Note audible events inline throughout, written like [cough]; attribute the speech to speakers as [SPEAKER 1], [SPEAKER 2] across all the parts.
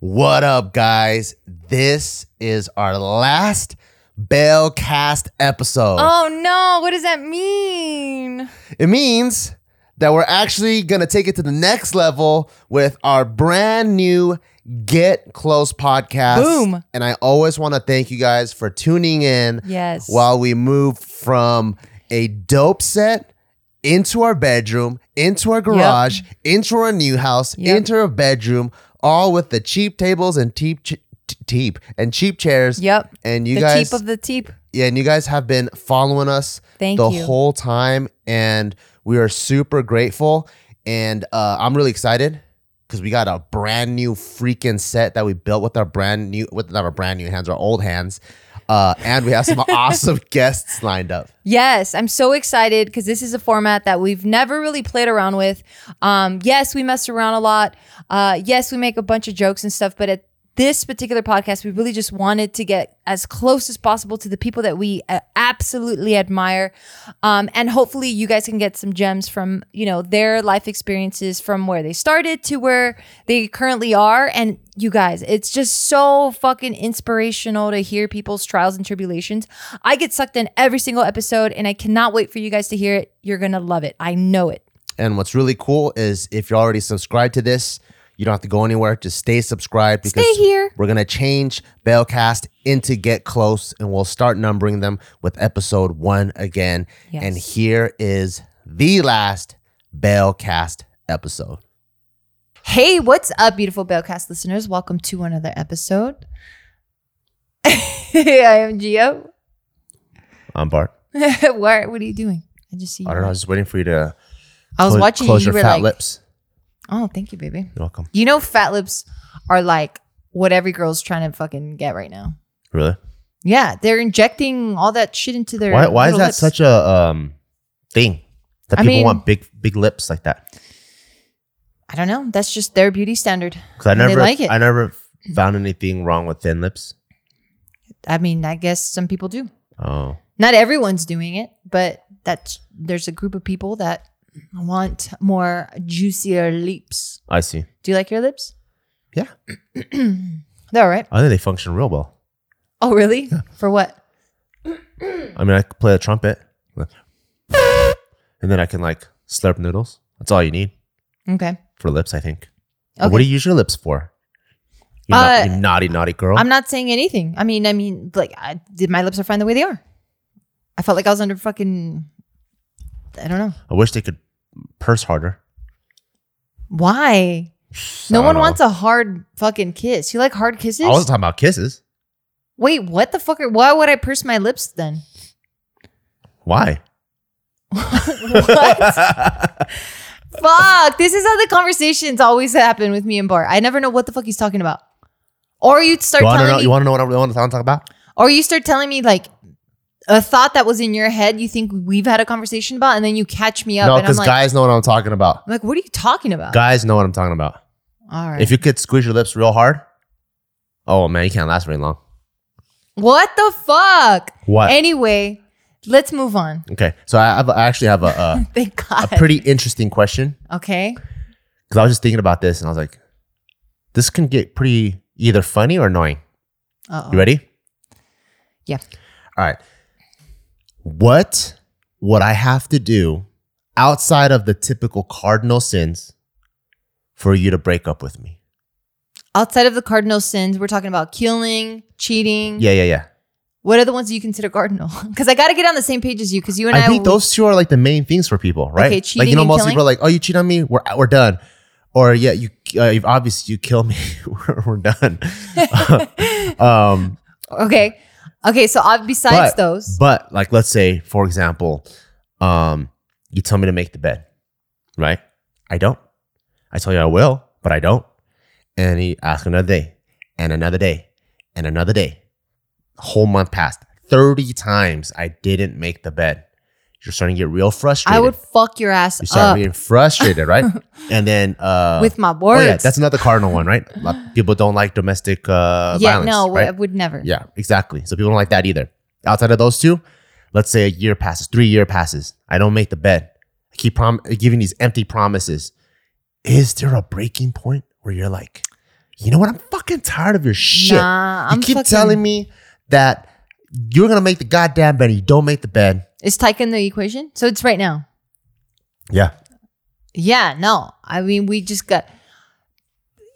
[SPEAKER 1] What up, guys? This is our last Bellcast episode.
[SPEAKER 2] Oh no, what does that mean?
[SPEAKER 1] It means that we're actually going to take it to the next level with our brand new Get Close podcast.
[SPEAKER 2] Boom.
[SPEAKER 1] And I always want to thank you guys for tuning in
[SPEAKER 2] Yes.
[SPEAKER 1] while we move from a dope set into our bedroom, into our garage, into our new house,
[SPEAKER 2] Yep.
[SPEAKER 1] into our bedroom, all with the cheap tables and cheap ch- t- cheap and cheap chairs.
[SPEAKER 2] Yep.
[SPEAKER 1] And you
[SPEAKER 2] the
[SPEAKER 1] guys
[SPEAKER 2] teep of the teep.
[SPEAKER 1] yeah, and you guys have been following us
[SPEAKER 2] Thank
[SPEAKER 1] the
[SPEAKER 2] you.
[SPEAKER 1] whole time, and we are super grateful. And uh, I'm really excited because we got a brand new freaking set that we built with our brand new, with not our brand new hands, our old hands, uh, and we have
[SPEAKER 2] [laughs]
[SPEAKER 1] some awesome guests lined up.
[SPEAKER 2] Yes, I'm so excited because this is a format that we've never really played around with. Um, yes, we mess around a lot. Uh, yes, we make a bunch of jokes and stuff, but at this particular podcast, we really just wanted to get as close as possible to the people that we uh, absolutely admire, um, and hopefully, you guys can get some gems from you know their life experiences, from where they started to where they currently are, and you guys, it's just so fucking inspirational to hear people's trials and tribulations. I get sucked in every single episode and I cannot wait for you guys to hear it. You're going to love it. I know it.
[SPEAKER 1] And what's really cool is if you're already subscribed to this, you don't have to go anywhere. Just stay subscribed because
[SPEAKER 2] Stay here.
[SPEAKER 1] we're gonna change Bellcast into Get Close, and we'll start numbering them with episode one again.
[SPEAKER 2] Yes.
[SPEAKER 1] And here is the last Bellcast episode.
[SPEAKER 2] Hey, what's up, beautiful Bellcast listeners? Welcome to another episode. [laughs] I am Gio. [laughs]
[SPEAKER 1] I'm Bart.
[SPEAKER 2] what, what are you doing? I just see you.
[SPEAKER 1] I don't know. I was just waiting for you to.
[SPEAKER 2] I was
[SPEAKER 1] close-
[SPEAKER 2] watching
[SPEAKER 1] Close
[SPEAKER 2] you.
[SPEAKER 1] your
[SPEAKER 2] You were
[SPEAKER 1] fat
[SPEAKER 2] like,
[SPEAKER 1] lips.
[SPEAKER 2] oh, thank you, baby.
[SPEAKER 1] You're welcome.
[SPEAKER 2] You know, fat lips are like what every girl's trying to fucking get right now.
[SPEAKER 1] Really?
[SPEAKER 2] Yeah, they're injecting all that shit into their.
[SPEAKER 3] Why, why is
[SPEAKER 2] little
[SPEAKER 3] that
[SPEAKER 2] lips.
[SPEAKER 3] such a um, thing that
[SPEAKER 2] I
[SPEAKER 3] people
[SPEAKER 2] mean-
[SPEAKER 3] want big big lips like that?
[SPEAKER 2] I don't know. That's just their beauty standard.
[SPEAKER 3] Because I
[SPEAKER 2] And they
[SPEAKER 3] never
[SPEAKER 2] like it.
[SPEAKER 3] I never found anything wrong with thin lips.
[SPEAKER 2] I mean, I guess some people do.
[SPEAKER 3] Oh,
[SPEAKER 2] Not everyone's doing it, but that's there's a group of people that want more juicier lips.
[SPEAKER 3] I see.
[SPEAKER 2] Do you like your lips?
[SPEAKER 3] Yeah.
[SPEAKER 2] They're all right.
[SPEAKER 3] I think they function real well.
[SPEAKER 2] Oh, really? For what?
[SPEAKER 3] I mean, I could play the trumpet, and then I can like slurp noodles. That's all you need
[SPEAKER 2] Okay.
[SPEAKER 3] for lips, I think.
[SPEAKER 2] Okay.
[SPEAKER 3] What do you use your lips for? You, na-
[SPEAKER 2] Uh,
[SPEAKER 3] you naughty, naughty girl.
[SPEAKER 2] I'm not saying anything. I mean, I mean, like, I, did my lips are fine the way they are? I felt like I was under fucking. I don't know
[SPEAKER 3] I wish they could purse harder. I
[SPEAKER 2] why. No
[SPEAKER 3] don't
[SPEAKER 2] one
[SPEAKER 3] know.
[SPEAKER 2] wants a hard fucking kiss. You like hard kisses?
[SPEAKER 3] I was talking about kisses.
[SPEAKER 2] Wait, what the fuck? Are, why would I purse my
[SPEAKER 3] [laughs]
[SPEAKER 2] lips then?
[SPEAKER 3] Why? [laughs]
[SPEAKER 2] [laughs] What? [laughs] Fuck. This is how the conversations always happen with me and Bart. I never know what the fuck he's talking about. Or you start
[SPEAKER 3] You want to
[SPEAKER 2] telling
[SPEAKER 3] know?
[SPEAKER 2] me,
[SPEAKER 3] You want to know what I want to talk about?
[SPEAKER 2] or you start telling me like a thought that was in your head you think we've had a conversation about, and then you catch me up
[SPEAKER 1] no,
[SPEAKER 2] and I'm
[SPEAKER 1] because
[SPEAKER 2] like,
[SPEAKER 1] guys know what I'm talking about.
[SPEAKER 2] I'm like, what are you talking about?
[SPEAKER 3] Guys know what I'm talking about.
[SPEAKER 2] All right.
[SPEAKER 3] If you could squeeze your lips real hard, oh man, you can't last very long.
[SPEAKER 2] what the fuck?
[SPEAKER 3] What?
[SPEAKER 2] Anyway, let's move on.
[SPEAKER 3] okay, so I, have, I actually have a, a,
[SPEAKER 2] Thank
[SPEAKER 3] a
[SPEAKER 2] [laughs] God.
[SPEAKER 3] pretty interesting question
[SPEAKER 2] okay.
[SPEAKER 3] because I was just thinking about this and I was like, this can get pretty either funny or annoying.
[SPEAKER 2] Uh
[SPEAKER 3] You
[SPEAKER 2] oh.
[SPEAKER 3] ready?
[SPEAKER 2] Yeah.
[SPEAKER 3] All right. What would I have to do outside of the typical cardinal sins for you to break up with me?
[SPEAKER 2] Outside of the cardinal sins, we're talking about killing, cheating.
[SPEAKER 3] Yeah, yeah, yeah.
[SPEAKER 2] What are the ones that you consider cardinal? [laughs] Because I got to get on the same page as you. Because you and
[SPEAKER 3] I
[SPEAKER 2] I,
[SPEAKER 3] think those two are like the main things for people, right?
[SPEAKER 2] Okay,
[SPEAKER 3] like
[SPEAKER 2] cheating
[SPEAKER 3] you know,
[SPEAKER 2] and
[SPEAKER 3] most
[SPEAKER 2] killing?
[SPEAKER 3] people are like, "Oh, you cheat on me, we're we're done," or "Yeah, you uh, you've obviously you kill me, [laughs] we're, we're
[SPEAKER 2] [laughs]
[SPEAKER 3] done." [laughs] um,
[SPEAKER 2] Okay. Okay. So uh, besides
[SPEAKER 3] but,
[SPEAKER 2] those,
[SPEAKER 3] but like let's say for example, um, you tell me to make the bed, right? I don't. I tell you I will, but I don't. And you ask another day, and another day, and another day. Whole month passed. Thirty times I didn't make the bed. You're starting to get real frustrated.
[SPEAKER 2] I would fuck your ass
[SPEAKER 3] you start
[SPEAKER 2] up
[SPEAKER 3] being frustrated,
[SPEAKER 2] [laughs]
[SPEAKER 3] right? and then uh
[SPEAKER 2] with my
[SPEAKER 3] oh
[SPEAKER 2] words.
[SPEAKER 3] yeah, that's another cardinal one, right? A lot of people don't like domestic uh
[SPEAKER 2] yeah.
[SPEAKER 3] violence.
[SPEAKER 2] no, I
[SPEAKER 3] right?
[SPEAKER 2] would never.
[SPEAKER 3] yeah, exactly. So people don't like that either. Outside of those two, let's say a year passes, three year passes. I don't make the bed. I keep prom- giving these empty promises. Is there a breaking point where you're like, you know what? I'm fucking tired of your shit.
[SPEAKER 2] Nah, I'm
[SPEAKER 3] you keep
[SPEAKER 2] fucking-
[SPEAKER 3] telling me that you're gonna make the goddamn bed and you don't make the bed.
[SPEAKER 2] Is Tyke in the equation? So it's right now.
[SPEAKER 3] Yeah.
[SPEAKER 2] Yeah, no. I mean, we just got.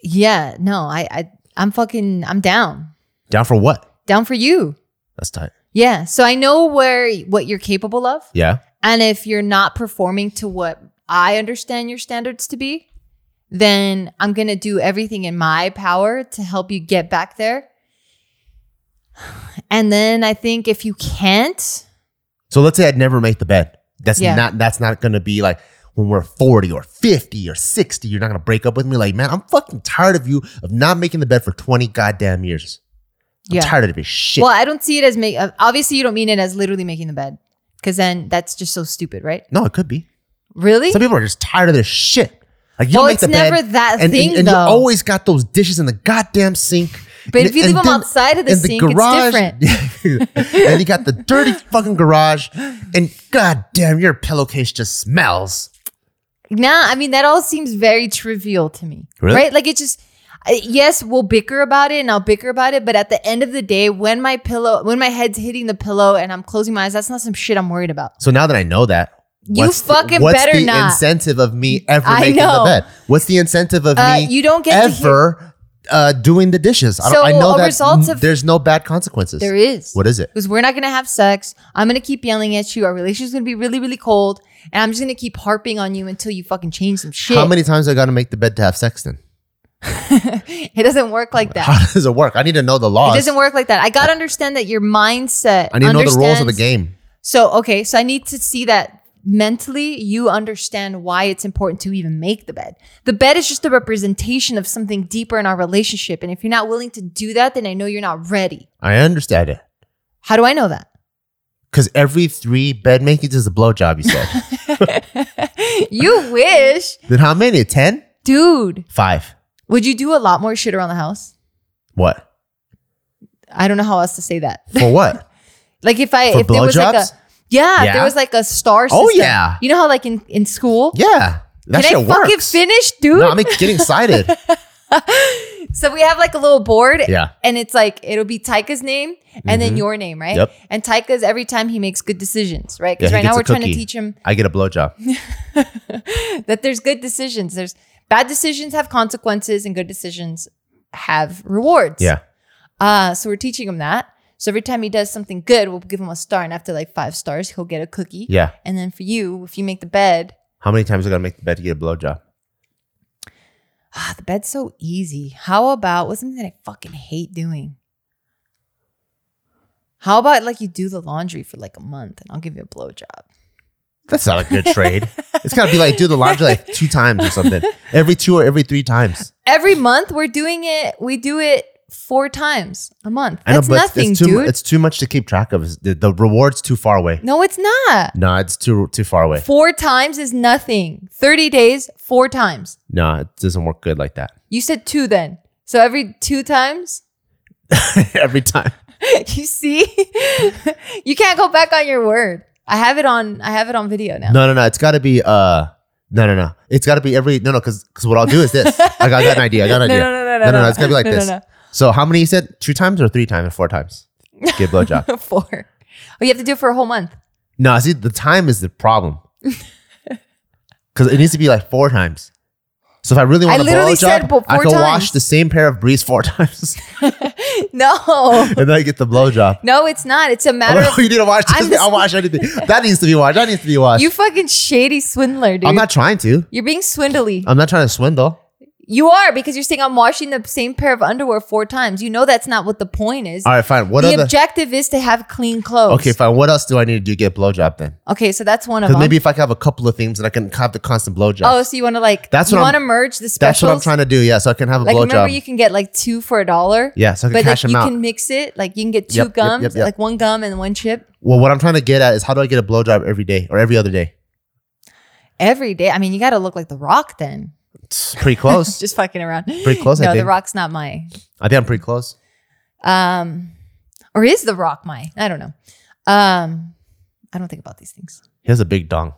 [SPEAKER 2] Yeah, no. I, I, I'm fucking. I'm down.
[SPEAKER 3] Down for what?
[SPEAKER 2] Down for you.
[SPEAKER 3] That's tight.
[SPEAKER 2] Yeah. So I know where what you're capable of,
[SPEAKER 3] Yeah.
[SPEAKER 2] and if you're not performing to what I understand your standards to be, then I'm gonna do everything in my power to help you get back there. [sighs] And then I think if you can't,
[SPEAKER 3] So let's say I'd never make the bed. That's
[SPEAKER 2] Yeah.
[SPEAKER 3] not that's not gonna be like when we're 40 or 50 or 60, you're not gonna break up with me. Like, man, I'm fucking tired of you of not making the bed for 20 goddamn years. I'm
[SPEAKER 2] yeah.
[SPEAKER 3] tired of your shit.
[SPEAKER 2] Well, I don't see it as make. uh, Obviously, you don't mean it as literally making the bed, because then that's just so stupid, right?
[SPEAKER 3] No, it could be.
[SPEAKER 2] Really?
[SPEAKER 3] Some people are just tired of their shit. Like you
[SPEAKER 2] Well,
[SPEAKER 3] make
[SPEAKER 2] it's
[SPEAKER 3] the bed,
[SPEAKER 2] never that
[SPEAKER 3] and,
[SPEAKER 2] thing,
[SPEAKER 3] and, and
[SPEAKER 2] though.
[SPEAKER 3] you always got those dishes in the goddamn sink.
[SPEAKER 2] But
[SPEAKER 3] And-
[SPEAKER 2] if you
[SPEAKER 3] and
[SPEAKER 2] leave them
[SPEAKER 3] then-
[SPEAKER 2] outside of the
[SPEAKER 3] and
[SPEAKER 2] sink, it's different.
[SPEAKER 3] [laughs] and you got the dirty fucking garage, and goddamn, your pillowcase just smells.
[SPEAKER 2] Nah, I mean that all seems very trivial to me,
[SPEAKER 3] Really?
[SPEAKER 2] right? Like it just. I- Yes, we'll bicker about it and I'll bicker about it, but at the end of the day, when my pillow, when my head's hitting the pillow and I'm closing my eyes, that's not some shit I'm worried about.
[SPEAKER 3] So now that I know that,
[SPEAKER 2] You fucking
[SPEAKER 3] the, what's
[SPEAKER 2] better
[SPEAKER 3] the
[SPEAKER 2] not.
[SPEAKER 3] incentive of me ever
[SPEAKER 2] I
[SPEAKER 3] making
[SPEAKER 2] know.
[SPEAKER 3] the bed? What's the incentive of
[SPEAKER 2] Uh,
[SPEAKER 3] me
[SPEAKER 2] you don't get to hear-
[SPEAKER 3] ever uh, doing the dishes? I, don't, I
[SPEAKER 2] So
[SPEAKER 3] know
[SPEAKER 2] a
[SPEAKER 3] that
[SPEAKER 2] result of-
[SPEAKER 3] there's no bad consequences.
[SPEAKER 2] There is.
[SPEAKER 3] What is it?
[SPEAKER 2] because we're not gonna have sex. I'm gonna keep yelling at you. Our relationship's gonna be really, really cold, and I'm just gonna keep harping on you until you fucking change some shit.
[SPEAKER 3] How many times I got to make the bed to have sex then? [laughs]
[SPEAKER 2] [laughs] it doesn't work like that.
[SPEAKER 3] How does it work? I need to know the
[SPEAKER 2] It
[SPEAKER 3] laws.
[SPEAKER 2] doesn't work like that. I gotta understand that your mindset.
[SPEAKER 3] I need to know the rules of the
[SPEAKER 2] understands-
[SPEAKER 3] game.
[SPEAKER 2] So okay, so I need to see that mentally you understand why it's important to even make the bed. The bed is just a representation of something deeper in our relationship, and if you're not willing to do that, then I know you're not ready.
[SPEAKER 3] I understand it.
[SPEAKER 2] How do I
[SPEAKER 3] [laughs]
[SPEAKER 2] know that?
[SPEAKER 3] Because every three bed makings is a blowjob, you said.
[SPEAKER 2] [laughs] you wish,
[SPEAKER 3] then how many? Ten?
[SPEAKER 2] dude.
[SPEAKER 3] Five.
[SPEAKER 2] Would you do a lot more shit around the house?
[SPEAKER 3] What?
[SPEAKER 2] I don't know how else to say that.
[SPEAKER 3] For
[SPEAKER 2] [laughs]
[SPEAKER 3] what?
[SPEAKER 2] Like if I
[SPEAKER 3] For
[SPEAKER 2] if there was like a
[SPEAKER 3] blowjobs?
[SPEAKER 2] yeah, if there
[SPEAKER 3] Yeah.
[SPEAKER 2] was like a star system.
[SPEAKER 3] Oh, yeah.
[SPEAKER 2] You know how like in, in school?
[SPEAKER 3] yeah. That
[SPEAKER 2] Can
[SPEAKER 3] shit
[SPEAKER 2] I fucking
[SPEAKER 3] works.
[SPEAKER 2] finish, dude?
[SPEAKER 3] no, I'm getting excited.
[SPEAKER 2] [laughs] so we have like a little board
[SPEAKER 3] yeah.
[SPEAKER 2] and it's like it'll be Tyka's name and then your name, right?
[SPEAKER 3] Mm-hmm. Yep.
[SPEAKER 2] And Tyka's every time he makes good decisions, right?
[SPEAKER 3] Yeah,
[SPEAKER 2] Because
[SPEAKER 3] he
[SPEAKER 2] right
[SPEAKER 3] gets
[SPEAKER 2] now
[SPEAKER 3] a
[SPEAKER 2] we're trying to
[SPEAKER 3] cookie.
[SPEAKER 2] teach him [laughs]
[SPEAKER 3] I get a blowjob.
[SPEAKER 2] that there's good decisions. There's bad decisions have consequences and good decisions have rewards.
[SPEAKER 3] Yeah.
[SPEAKER 2] Uh, so we're teaching him that. So every time he does something good, we'll give him a star. And after like five stars, he'll get a cookie.
[SPEAKER 3] Yeah.
[SPEAKER 2] And then for you, if you make the bed,
[SPEAKER 3] How many times I got to make the bed to get a blowjob?
[SPEAKER 2] ah, the bed's so easy. How about what's something that I fucking hate doing? How about like you do the laundry for like a month and I'll give you a blowjob?
[SPEAKER 3] That's not a
[SPEAKER 2] [laughs]
[SPEAKER 3] good trade. It's got to be like do the laundry like two times or something. Every two or every three times.
[SPEAKER 2] Every month we're doing it. We do it four times a month. That's nothing,
[SPEAKER 3] it's too, mu-
[SPEAKER 2] dude.
[SPEAKER 3] it's too much to keep track of. It's- The, the reward's too far away.
[SPEAKER 2] no, it's not.
[SPEAKER 3] No, it's too too far away.
[SPEAKER 2] Four times is nothing. 30 days, four times.
[SPEAKER 3] No, it doesn't work good like that. [laughs]
[SPEAKER 2] You said two then. So every two times, [laughs]
[SPEAKER 3] every time.
[SPEAKER 2] you see, [laughs] you can't go back on your word. I have it on. I have it on video now.
[SPEAKER 3] No, no, no. It's got to be. uh No, no, no. It's got to be every. No, no. Because because what I'll do is this. I got, I got an idea. I got an
[SPEAKER 2] [laughs] No,
[SPEAKER 3] idea.
[SPEAKER 2] no, no, no,
[SPEAKER 3] no,
[SPEAKER 2] no,
[SPEAKER 3] no. It's got to be like
[SPEAKER 2] [laughs] no, no,
[SPEAKER 3] this.
[SPEAKER 2] no.
[SPEAKER 3] So how many you said? Two times or three times or four times? Get a
[SPEAKER 2] [laughs]
[SPEAKER 3] blowjob.
[SPEAKER 2] Four. Oh, you have to do it for a whole month. [laughs]
[SPEAKER 3] no, see, the time is the problem. Because it needs to be like four times. So if I really
[SPEAKER 2] I
[SPEAKER 3] want a
[SPEAKER 2] literally said bo-
[SPEAKER 3] blowjob, I
[SPEAKER 2] four
[SPEAKER 3] can wash
[SPEAKER 2] times.
[SPEAKER 3] the same pair of briefs four [laughs] times,
[SPEAKER 2] No,
[SPEAKER 3] and then I get the blowjob.
[SPEAKER 2] no, it's not. It's a matter
[SPEAKER 3] Oh, [laughs]
[SPEAKER 2] of
[SPEAKER 3] you need to wash.
[SPEAKER 2] I'm
[SPEAKER 3] This? I'll wash anything. That needs to be washed. That needs to be washed.
[SPEAKER 2] you, fucking shady swindler, dude.
[SPEAKER 3] I'm not trying to.
[SPEAKER 2] you're being swindly.
[SPEAKER 3] I'm not trying to swindle.
[SPEAKER 2] you are because you're saying I'm washing the same pair of underwear four times. You know that's not what the point is.
[SPEAKER 3] All right, fine. What
[SPEAKER 2] the
[SPEAKER 3] other?
[SPEAKER 2] objective is to have clean clothes.
[SPEAKER 3] Okay, fine. What else do I need to do to get a blowjob then?
[SPEAKER 2] Okay, so that's one of
[SPEAKER 3] Because
[SPEAKER 2] them.
[SPEAKER 3] maybe if I could have a couple of themes and I can have the constant blowjob.
[SPEAKER 2] oh, so you want to like?
[SPEAKER 3] That's
[SPEAKER 2] you
[SPEAKER 3] what
[SPEAKER 2] want to
[SPEAKER 3] I'm-
[SPEAKER 2] merge the specials.
[SPEAKER 3] That's what I'm trying to do. Yeah, so I can have a
[SPEAKER 2] Like remember,
[SPEAKER 3] blowjob.
[SPEAKER 2] you can get like two for a dollar.
[SPEAKER 3] yeah, so I can
[SPEAKER 2] but
[SPEAKER 3] cash
[SPEAKER 2] like you
[SPEAKER 3] them out.
[SPEAKER 2] can mix it. Like you can get two
[SPEAKER 3] Yep, yep, yep,
[SPEAKER 2] gums,
[SPEAKER 3] yep.
[SPEAKER 2] like one gum and one chip
[SPEAKER 3] Well, what I'm trying to get at is how do I get a blowjob every day or every other day?
[SPEAKER 2] every day. I mean, you got to look like the Rock then.
[SPEAKER 3] It's pretty close.
[SPEAKER 2] [laughs] Just fucking around.
[SPEAKER 3] pretty close.
[SPEAKER 2] no,
[SPEAKER 3] I
[SPEAKER 2] the
[SPEAKER 3] think.
[SPEAKER 2] Rock's not my.
[SPEAKER 3] I think I'm pretty close.
[SPEAKER 2] Um, or is the Rock my? I don't know. Um, I don't think about these things.
[SPEAKER 3] He has a big dong.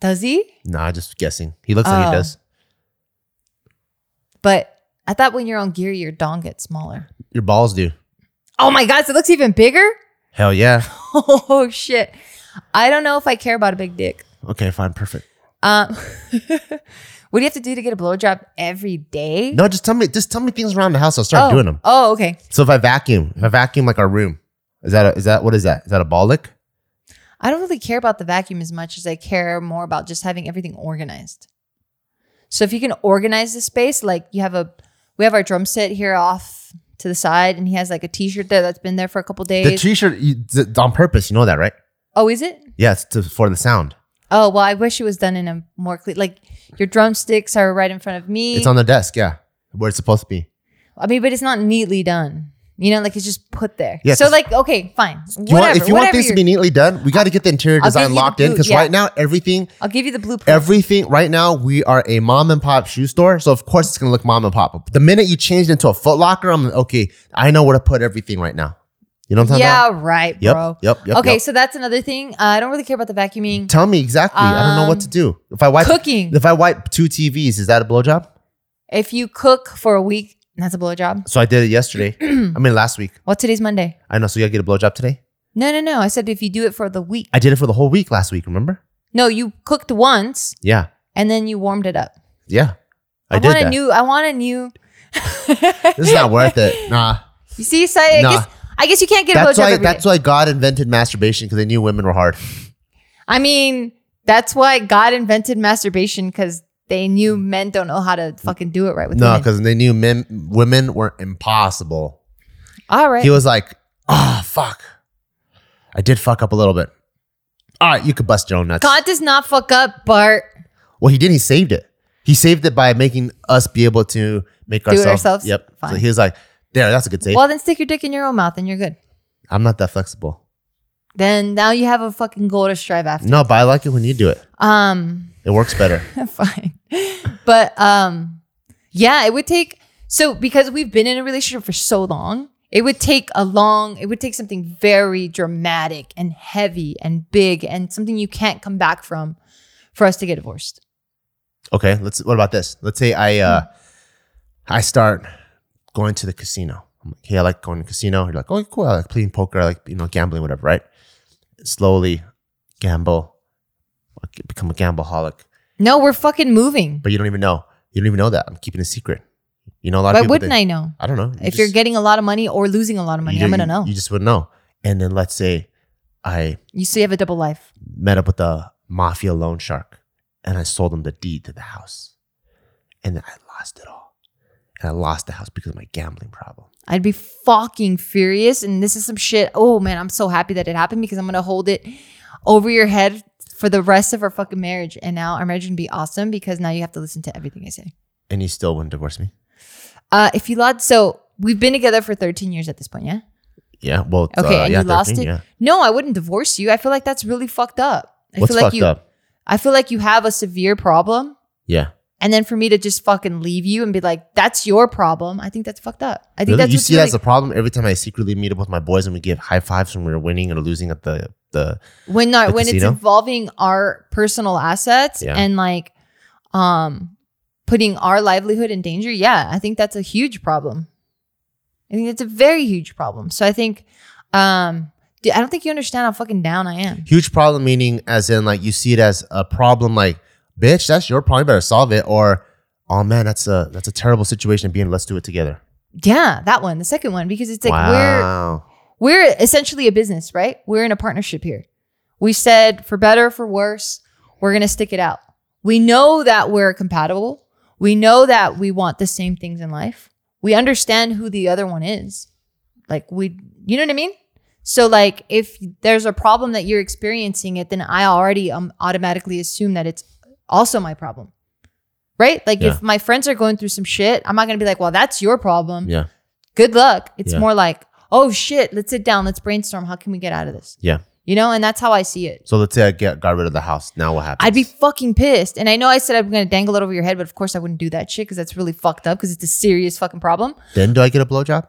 [SPEAKER 2] Does he?
[SPEAKER 3] Nah, just guessing. He looks like
[SPEAKER 2] Oh.
[SPEAKER 3] he does.
[SPEAKER 2] But I thought when you're on gear, your dong gets smaller.
[SPEAKER 3] Your balls do.
[SPEAKER 2] Oh my God, so it looks even bigger? [laughs]
[SPEAKER 3] Hell yeah.
[SPEAKER 2] Oh shit. I don't know if I care about a big dick.
[SPEAKER 3] Okay, fine, perfect.
[SPEAKER 2] Um, [laughs] what do you have to do to get a blowjob every day?
[SPEAKER 3] No, just tell me. Just tell me things around the house. I'll start
[SPEAKER 2] oh.
[SPEAKER 3] doing them.
[SPEAKER 2] Oh, okay.
[SPEAKER 3] So if I vacuum, if I vacuum like our room, is that a, is that what is that? Is that a ball lick?
[SPEAKER 2] I don't really care about the vacuum as much as I care more about just having everything organized. So if you can organize the space, like you have a, we have our drum set here off to the side, and he has like a T-shirt there that's been there for a couple days.
[SPEAKER 3] The t-shirt you, th- on purpose. You know that, right?
[SPEAKER 2] oh, is it?
[SPEAKER 3] Yeah, it's to, for the sound.
[SPEAKER 2] Oh well, I wish it was done in a more clean. Like your drumsticks are right in front of me.
[SPEAKER 3] It's on the desk. Yeah, where it's supposed to be.
[SPEAKER 2] I mean, but it's not neatly done. You know, like it's just put there.
[SPEAKER 3] Yeah,
[SPEAKER 2] so
[SPEAKER 3] 'cause-
[SPEAKER 2] like, okay, fine.
[SPEAKER 3] You
[SPEAKER 2] whatever.
[SPEAKER 3] want, if you
[SPEAKER 2] whatever
[SPEAKER 3] want things to
[SPEAKER 2] your-
[SPEAKER 3] be neatly done, we got to get the interior
[SPEAKER 2] I'll give
[SPEAKER 3] design
[SPEAKER 2] you the
[SPEAKER 3] locked in
[SPEAKER 2] boot,
[SPEAKER 3] because
[SPEAKER 2] yeah.
[SPEAKER 3] right now everything,
[SPEAKER 2] I'll give you the blueprint.
[SPEAKER 3] everything right now we are a mom and pop shoe store, so of course it's gonna look mom and pop. The minute you change it into a Foot Locker, I'm like, okay, I know where to put everything right now. You know what I'm talking
[SPEAKER 2] yeah, right, bro.
[SPEAKER 3] about? Yep, yep, yep.
[SPEAKER 2] okay,
[SPEAKER 3] yep.
[SPEAKER 2] so that's another thing. Uh, I don't really care about the vacuuming.
[SPEAKER 3] Tell me exactly. I don't know
[SPEAKER 2] Um,
[SPEAKER 3] what to do. If I wipe
[SPEAKER 2] Cooking.
[SPEAKER 3] if I wipe two TVs, is that a blowjob?
[SPEAKER 2] If you cook for a week, that's a blowjob.
[SPEAKER 3] So I did it
[SPEAKER 2] [clears throat]
[SPEAKER 3] yesterday. I mean last week.
[SPEAKER 2] Well, today's Monday.
[SPEAKER 3] I know. So you gotta get a blowjob today.
[SPEAKER 2] No, no, no. I said if you do it for the week.
[SPEAKER 3] I did it for the whole week last week. Remember?
[SPEAKER 2] No, you cooked once
[SPEAKER 3] Yeah,
[SPEAKER 2] and then you warmed it up.
[SPEAKER 3] yeah. I, did
[SPEAKER 2] want
[SPEAKER 3] that.
[SPEAKER 2] a new. I want a new.
[SPEAKER 3] [laughs] this is not worth it. Nah.
[SPEAKER 2] [laughs] You see, so I,
[SPEAKER 3] Nah.
[SPEAKER 2] guess, I guess you can't get a
[SPEAKER 3] That's
[SPEAKER 2] blowjob
[SPEAKER 3] why.
[SPEAKER 2] every
[SPEAKER 3] That's
[SPEAKER 2] day.
[SPEAKER 3] why God invented masturbation because they knew women were hard.
[SPEAKER 2] I mean, that's why God invented masturbation because they knew men don't know how to fucking do it right with
[SPEAKER 3] No,
[SPEAKER 2] women.
[SPEAKER 3] because they knew men, women were impossible.
[SPEAKER 2] All right.
[SPEAKER 3] He was like, "Ah, fuck, I did fuck up a little bit. All right, you could bust your own nuts."
[SPEAKER 2] God does not fuck up, Bart.
[SPEAKER 3] Well, he did. He saved it. He saved it by making us be able to make
[SPEAKER 2] it
[SPEAKER 3] ourselves.
[SPEAKER 2] ourselves?
[SPEAKER 3] Yep. So
[SPEAKER 2] Fine.
[SPEAKER 3] he was like, "There, that's a good save."
[SPEAKER 2] Well, then stick your dick in your own mouth and you're good.
[SPEAKER 3] I'm not that flexible.
[SPEAKER 2] Then now you have a fucking goal to strive after.
[SPEAKER 3] No, but I like it when you do it.
[SPEAKER 2] Um,
[SPEAKER 3] It works better.
[SPEAKER 2] [laughs] fine. But um, yeah, it would take so because we've been in a relationship for so long, it would take a long, it would take something very dramatic and heavy and big and something you can't come back from for us to get divorced.
[SPEAKER 3] Okay, let's. What about this? Let's say I uh,
[SPEAKER 2] Hmm.
[SPEAKER 3] I start going to the casino. I'm like, hey, I like going to the casino. You're like, oh, cool. I like playing poker. I like you know gambling, whatever. Right? Slowly gamble, like, become a gambleholic,
[SPEAKER 2] No, we're fucking moving.
[SPEAKER 3] but you don't even know. You don't even know that. I'm keeping a secret. You know a lot
[SPEAKER 2] Why
[SPEAKER 3] of people.
[SPEAKER 2] wouldn't I know?
[SPEAKER 3] I? I don't know.
[SPEAKER 2] if you're
[SPEAKER 3] just-
[SPEAKER 2] getting a lot of money or losing a lot of money,
[SPEAKER 3] you
[SPEAKER 2] I'm
[SPEAKER 3] don't-
[SPEAKER 2] gonna know.
[SPEAKER 3] You just wouldn't know. And then let's say I
[SPEAKER 2] You still have a double life.
[SPEAKER 3] met up with a mafia loan shark and I sold him the deed to the house. And then I lost it all. And I lost the house because of my gambling problem.
[SPEAKER 2] I'd be fucking furious. And this is some shit. Oh man, I'm so happy that it happened because I'm gonna hold it over your head for the rest of our fucking marriage. And now our marriage is gonna be awesome because now you have to listen to everything I say.
[SPEAKER 3] And you still wouldn't divorce me?
[SPEAKER 2] Uh, if you lost, so we've been together for 13 years at this point, yeah.
[SPEAKER 3] Yeah. Well,
[SPEAKER 2] Okay,
[SPEAKER 3] uh,
[SPEAKER 2] and
[SPEAKER 3] yeah,
[SPEAKER 2] you lost
[SPEAKER 3] 13,
[SPEAKER 2] it.
[SPEAKER 3] Yeah.
[SPEAKER 2] No, I wouldn't divorce you. I feel like that's really fucked up. I
[SPEAKER 3] What's
[SPEAKER 2] feel like
[SPEAKER 3] fucked
[SPEAKER 2] you,
[SPEAKER 3] up?
[SPEAKER 2] I feel like you have a severe problem.
[SPEAKER 3] Yeah.
[SPEAKER 2] And then for me to just fucking leave you and be like, that's your problem, I think that's fucked up. I think
[SPEAKER 3] Really?
[SPEAKER 2] that's
[SPEAKER 3] you
[SPEAKER 2] what's
[SPEAKER 3] see that
[SPEAKER 2] really,
[SPEAKER 3] as a problem every time I secretly meet up with my boys and we give high fives when we're winning or losing at the the
[SPEAKER 2] when not
[SPEAKER 3] the
[SPEAKER 2] when it's
[SPEAKER 3] casino?
[SPEAKER 2] involving our personal assets
[SPEAKER 3] Yeah.
[SPEAKER 2] and like um putting our livelihood in danger. Yeah, I think that's a huge problem. I think it's a very huge problem. So I think um d- I don't think you understand how fucking down I am.
[SPEAKER 3] huge problem meaning as in like you see it as a problem like bitch that's your problem you better solve it or oh man that's a that's a terrible situation to be in let's do it together
[SPEAKER 2] Yeah, that one, the second one because it's like we're
[SPEAKER 3] wow
[SPEAKER 2] we're essentially a business, right? We're in a partnership here. We said for better, for worse, we're going to stick it out. We know that we're compatible. We know that we want the same things in life. We understand who the other one is. Like we, you know what I mean? So like if there's a problem that you're experiencing it, then I already um, automatically assume that it's also my problem. Right? Like
[SPEAKER 3] Yeah.
[SPEAKER 2] if my friends are going through some shit, I'm not going to be like, "Well, that's your problem."
[SPEAKER 3] Yeah.
[SPEAKER 2] Good luck. It's
[SPEAKER 3] Yeah.
[SPEAKER 2] more like, "Oh shit, let's sit down, let's brainstorm how can we get out of this?"
[SPEAKER 3] Yeah.
[SPEAKER 2] You know, and that's how I see it.
[SPEAKER 3] So let's say I get, got rid of the house. Now what happens?
[SPEAKER 2] I'd be fucking pissed. And I know I said I'm going to dangle it over your head, but of course I wouldn't do that shit cuz that's really fucked up cuz it's a serious fucking problem. [laughs]
[SPEAKER 3] then do I get a blowjob?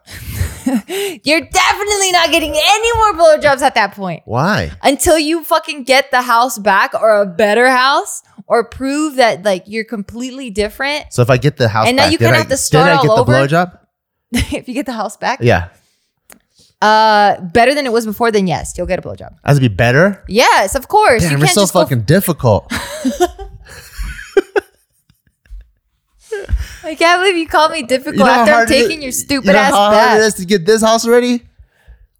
[SPEAKER 2] You're definitely not getting any more blowjobs at that point.
[SPEAKER 3] Why?
[SPEAKER 2] until you fucking get the house back or a better house or prove that like you're completely different. [laughs]
[SPEAKER 3] So if I get the house
[SPEAKER 2] And now
[SPEAKER 3] back,
[SPEAKER 2] you
[SPEAKER 3] did
[SPEAKER 2] kinda
[SPEAKER 3] I-
[SPEAKER 2] have to start
[SPEAKER 3] did I
[SPEAKER 2] all
[SPEAKER 3] get
[SPEAKER 2] over?
[SPEAKER 3] the blowjob?
[SPEAKER 2] if you get the house back,
[SPEAKER 3] Yeah,
[SPEAKER 2] uh, better than it was before, then yes, you'll get a blowjob.
[SPEAKER 3] that would be better.
[SPEAKER 2] Yes, of course. you
[SPEAKER 3] Damn,
[SPEAKER 2] can't
[SPEAKER 3] it's so
[SPEAKER 2] just go,
[SPEAKER 3] fucking
[SPEAKER 2] [laughs]
[SPEAKER 3] difficult.
[SPEAKER 2] I can't believe you call me difficult
[SPEAKER 3] You know how
[SPEAKER 2] after I'm
[SPEAKER 3] hard it is-
[SPEAKER 2] taking your stupid
[SPEAKER 3] you know
[SPEAKER 2] ass
[SPEAKER 3] how
[SPEAKER 2] back.
[SPEAKER 3] hard it is to get this house ready?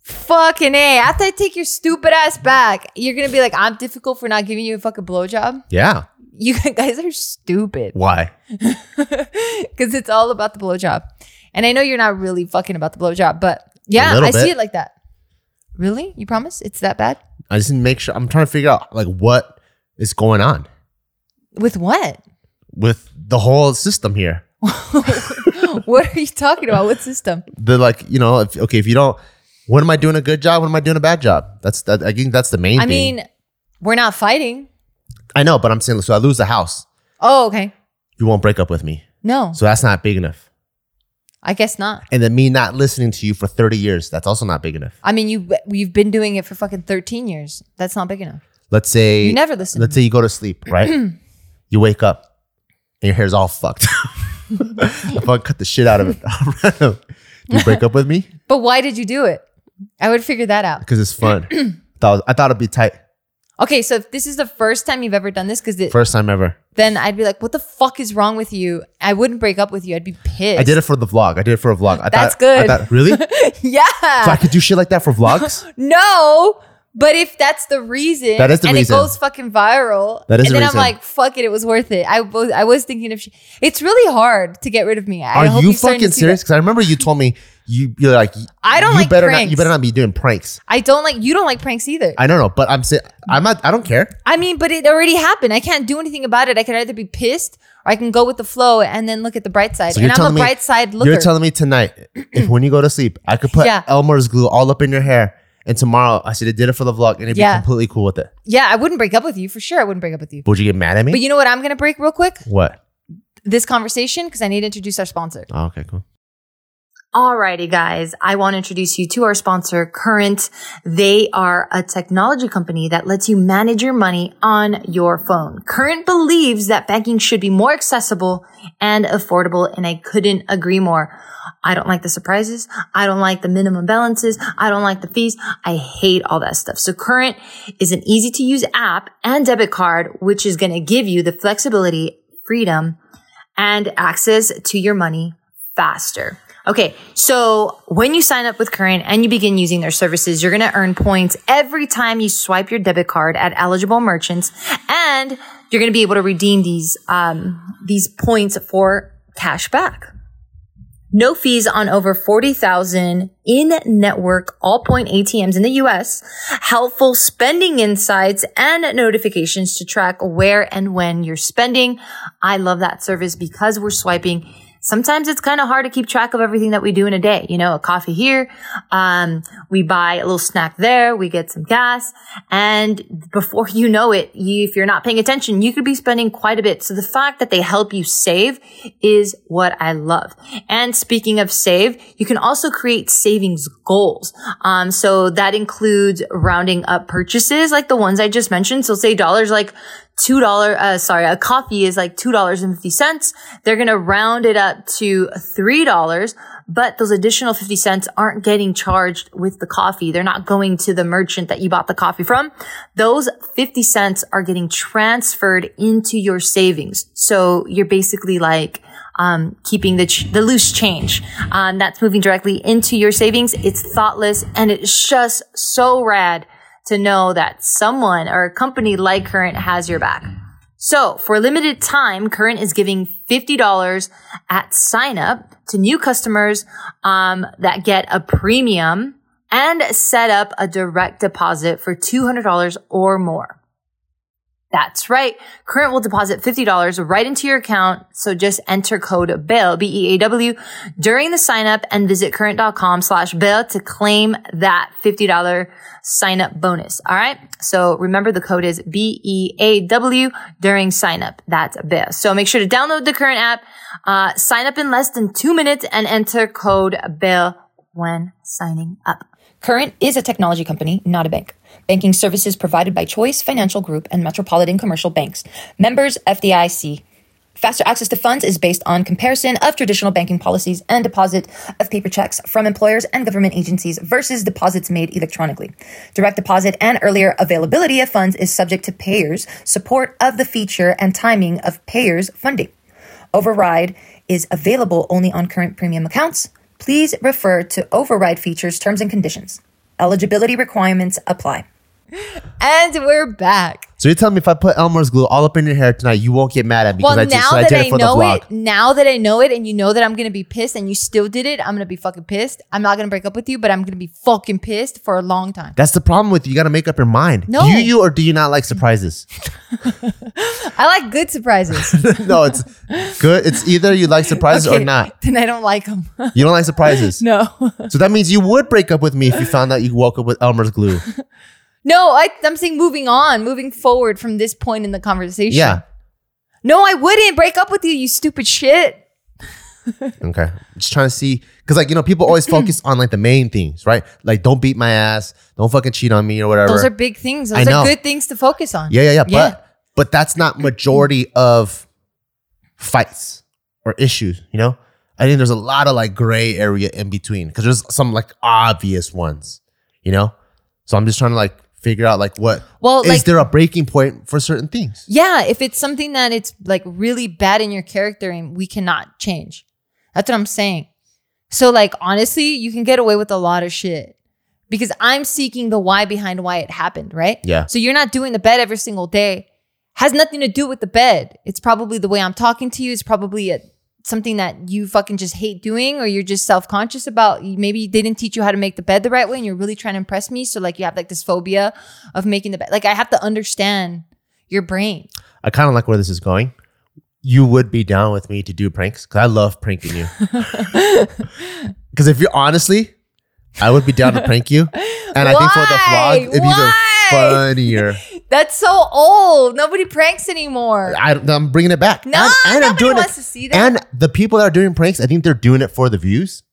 [SPEAKER 2] Fucking A. After I take your stupid ass back, you're gonna be like, I'm difficult for not giving you a fucking blowjob. [laughs]
[SPEAKER 3] Yeah.
[SPEAKER 2] You guys are stupid. [laughs]
[SPEAKER 3] Why?
[SPEAKER 2] Because it's all about the blowjob. And I know you're not really fucking about the blowjob, but yeah,
[SPEAKER 3] little
[SPEAKER 2] I see
[SPEAKER 3] bit.
[SPEAKER 2] it like that. Really? You promise? It's that bad?
[SPEAKER 3] I just need to make sure. I'm trying to figure out like what is going on
[SPEAKER 2] With what? [laughs]
[SPEAKER 3] with the whole system here.
[SPEAKER 2] what are you talking about? What system?
[SPEAKER 3] The like, you know, if, okay, if you don't, when am I doing a good job? When am I doing a bad job? That's that. I think that's the main
[SPEAKER 2] I
[SPEAKER 3] thing.
[SPEAKER 2] mean, we're not fighting.
[SPEAKER 3] I know, but I'm saying so. I lose the house.
[SPEAKER 2] Oh, okay.
[SPEAKER 3] You won't break up with me,
[SPEAKER 2] No,
[SPEAKER 3] so that's not big enough.
[SPEAKER 2] I guess not.
[SPEAKER 3] And then me not listening to you for 30 years, that's also not big enough.
[SPEAKER 2] I mean, you you've been doing it for fucking 13 years. That's not big enough.
[SPEAKER 3] Let's say
[SPEAKER 2] You never listen.
[SPEAKER 3] Let's say you go to sleep,
[SPEAKER 2] [clears throat]
[SPEAKER 3] right? you wake up and your hair's all fucked.
[SPEAKER 2] [laughs]
[SPEAKER 3] I fucking cut the shit out of it. [laughs] Do you break up with me?
[SPEAKER 2] But why did you do it? I would figure that out.
[SPEAKER 3] Because it's
[SPEAKER 2] [clears throat]
[SPEAKER 3] fun. thought, I thought it'd be tight.
[SPEAKER 2] Okay, so if this is the first time you've ever done this, because
[SPEAKER 3] First time ever.
[SPEAKER 2] then I'd be like, "What the fuck is wrong with you?" I wouldn't break up with you. I'd be pissed.
[SPEAKER 3] I
[SPEAKER 2] [laughs]
[SPEAKER 3] did it for the vlog. I did it for a vlog. I
[SPEAKER 2] That's
[SPEAKER 3] thought,
[SPEAKER 2] good.
[SPEAKER 3] I thought,
[SPEAKER 2] [laughs]
[SPEAKER 3] really? so
[SPEAKER 2] yeah.
[SPEAKER 3] I could do shit like that for vlogs?
[SPEAKER 2] no. But if that's the reason,
[SPEAKER 3] That is the
[SPEAKER 2] and
[SPEAKER 3] reason.
[SPEAKER 2] it goes fucking viral,
[SPEAKER 3] That is
[SPEAKER 2] and
[SPEAKER 3] the
[SPEAKER 2] then
[SPEAKER 3] reason.
[SPEAKER 2] I'm like, "Fuck it, it was worth it." I was, I was thinking of, sh- it's really hard to get rid of me. [laughs] I
[SPEAKER 3] Are
[SPEAKER 2] hope
[SPEAKER 3] you
[SPEAKER 2] you're starting to
[SPEAKER 3] fucking
[SPEAKER 2] see that.
[SPEAKER 3] serious? Because I remember you told me you you're like
[SPEAKER 2] I don't
[SPEAKER 3] you
[SPEAKER 2] like
[SPEAKER 3] better Not,
[SPEAKER 2] pranks.
[SPEAKER 3] you better not be doing pranks.
[SPEAKER 2] I don't like you. Don't like pranks either.
[SPEAKER 3] I don't know, but I'm saying I'm not. I don't care.
[SPEAKER 2] I mean, but it already happened. I can't do anything about it. I can either be pissed or I can go with the flow and then look at the bright side.
[SPEAKER 3] So
[SPEAKER 2] and
[SPEAKER 3] you're
[SPEAKER 2] I'm
[SPEAKER 3] telling
[SPEAKER 2] a
[SPEAKER 3] me-
[SPEAKER 2] bright side looker.
[SPEAKER 3] You're telling me tonight,
[SPEAKER 2] [clears throat]
[SPEAKER 3] if when you go to sleep, I could put
[SPEAKER 2] Yeah.
[SPEAKER 3] Elmer's glue all up in your hair, and tomorrow I said I did it for the vlog, and it'd
[SPEAKER 2] Yeah.
[SPEAKER 3] be completely cool with it.
[SPEAKER 2] yeah, I wouldn't break up with you for sure. I wouldn't break up with you.
[SPEAKER 3] Would you get mad at me?
[SPEAKER 2] But you know what? I'm gonna break real quick
[SPEAKER 3] what?
[SPEAKER 2] this conversation because I need to introduce our sponsor.
[SPEAKER 3] Oh, okay, cool.
[SPEAKER 2] Alrighty, guys. I want to introduce you to our sponsor, Current. They are a technology company that lets you manage your money on your phone. Current believes that banking should be more accessible and affordable, and I couldn't agree more. I don't like the surprises. I don't like the minimum balances. I don't like the fees. I hate all that stuff. So Current is an easy to use app and debit card, which is going to give you the flexibility, freedom, and access to your money faster. Okay, so when you sign up with Current and you begin using their services, you're gonna earn points every time you swipe your debit card at eligible merchants, and you're gonna be able to redeem these um, these points for cash back. No fees on over 40,000 in network all point ATMs in the US, helpful spending insights and notifications to track where and when you're spending. I love that service because we're swiping. Sometimes it's kind of hard to keep track of everything that we do in a day. You know, a coffee here, um, we buy a little snack there, we get some gas, and before you know it, you, if you're not paying attention, you could be spending quite a bit. So the fact that they help you save is what I love. And speaking of save, you can also create savings goals. Um, so that includes rounding up purchases like the ones I just mentioned. So say dollars like two dollar uh sorry a coffee is like two dollars and fifty cents they're gonna round it up to three dollars but those additional 50 cents aren't getting charged with the coffee they're not going to the merchant that you bought the coffee from those 50 cents are getting transferred into your savings so you're basically like um, keeping the, ch- the loose change. Um, that's moving directly into your savings. It's thoughtless and it's just so rad to know that someone or a company like Current has your back. So for a limited time, Current is giving $50 at sign up to new customers um, that get a premium and set up a direct deposit for $200 or more. That's right. Current will deposit $50 right into your account. So just enter code BEAL, B-E-A-W, during the sign up and visit current.com slash BEAL to claim that $50 sign up bonus. All right. So remember the code is B-E-A-W during sign up. That's BEAL. So make sure to download the current app, uh, sign up in less than two minutes and enter code BEAL
[SPEAKER 4] when signing up.
[SPEAKER 2] Current is a technology company, not a bank. Banking services provided by Choice Financial Group and Metropolitan Commercial Banks. Members FDIC. Faster access to funds is based on comparison of traditional banking policies and deposit of paper checks from employers and government agencies versus deposits made electronically. Direct deposit and earlier availability of funds is subject to payers' support of the feature and timing of payers' funding. Override is available only on current premium accounts. Please refer to override features, terms, and conditions. Eligibility requirements apply. And we're back.
[SPEAKER 3] So you tell me if I put Elmer's glue all up in your hair tonight, you won't get mad at me because
[SPEAKER 2] Well,
[SPEAKER 3] I just
[SPEAKER 2] now
[SPEAKER 3] I
[SPEAKER 2] that
[SPEAKER 3] did
[SPEAKER 2] I
[SPEAKER 3] it for the
[SPEAKER 2] know
[SPEAKER 3] vlog.
[SPEAKER 2] it, now that I know it, and you know that I'm gonna be pissed, and you still did it, I'm gonna be fucking pissed. I'm not gonna break up with you, but I'm gonna be fucking pissed for a
[SPEAKER 3] [laughs]
[SPEAKER 2] long time.
[SPEAKER 3] That's the problem with you. You got to make up your mind.
[SPEAKER 2] No.
[SPEAKER 3] Do you, you or do you not like
[SPEAKER 2] [laughs]
[SPEAKER 3] surprises?
[SPEAKER 2] I like good surprises.
[SPEAKER 3] no, it's good. It's either you like surprises [laughs] or
[SPEAKER 2] Okay,
[SPEAKER 3] not.
[SPEAKER 2] [laughs] Then I don't
[SPEAKER 3] [laughs]
[SPEAKER 2] like them.
[SPEAKER 3] You don't like surprises.
[SPEAKER 2] [laughs] no,
[SPEAKER 3] So that means you would break up with me if you found out you woke up with Elmer's
[SPEAKER 2] [laughs]
[SPEAKER 3] glue.
[SPEAKER 2] no. I, I'm saying moving on, moving forward from this point in the conversation.
[SPEAKER 3] Yeah.
[SPEAKER 2] No, I wouldn't break up with you, you stupid shit.
[SPEAKER 3] Okay. Just trying to see because like you know people always
[SPEAKER 2] [clears throat]
[SPEAKER 3] focus on like the main things, right? Like don't beat my ass, don't fucking cheat on me or whatever.
[SPEAKER 2] Those are big things. Those
[SPEAKER 3] I know.
[SPEAKER 2] are good things to focus on.
[SPEAKER 3] yeah, yeah, yeah.
[SPEAKER 2] Yeah.
[SPEAKER 3] But but that's not majority of fights or issues. You know, I think there's a lot of like gray area in between because there's some like obvious ones. You know, so I'm just trying to like figure out like what
[SPEAKER 2] Well,
[SPEAKER 3] is
[SPEAKER 2] like-
[SPEAKER 3] there a breaking point for certain things?
[SPEAKER 2] Yeah, if it's something that it's like really bad in your character and we cannot change. That's what I'm saying. So like honestly, you can get away with a lot of shit because I'm seeking the why behind why it happened, right?
[SPEAKER 3] Yeah.
[SPEAKER 2] So you're not doing the bed every single day. Has nothing to do with the bed. It's probably the way I'm talking to you. It's probably a, something that you fucking just hate doing or you're just self-conscious about. You- Maybe they didn't teach you how to make the bed the right way and you're really trying to impress me, so like you have like this phobia of making the bed. Like I have to understand your brain.
[SPEAKER 3] I kind of like where this is going. You would be down with me to do pranks because I love pranking
[SPEAKER 2] [laughs]
[SPEAKER 3] you. Because if you're honestly, I would be down to prank you, and I think for
[SPEAKER 2] Why?
[SPEAKER 3] the vlog it'd
[SPEAKER 2] Why?
[SPEAKER 3] be even funnier.
[SPEAKER 2] That's so old. Nobody pranks anymore.
[SPEAKER 3] I, am bringing it back.
[SPEAKER 2] No, nobody wants to see that.
[SPEAKER 3] And the people that are doing pranks, I think they're doing it for the views.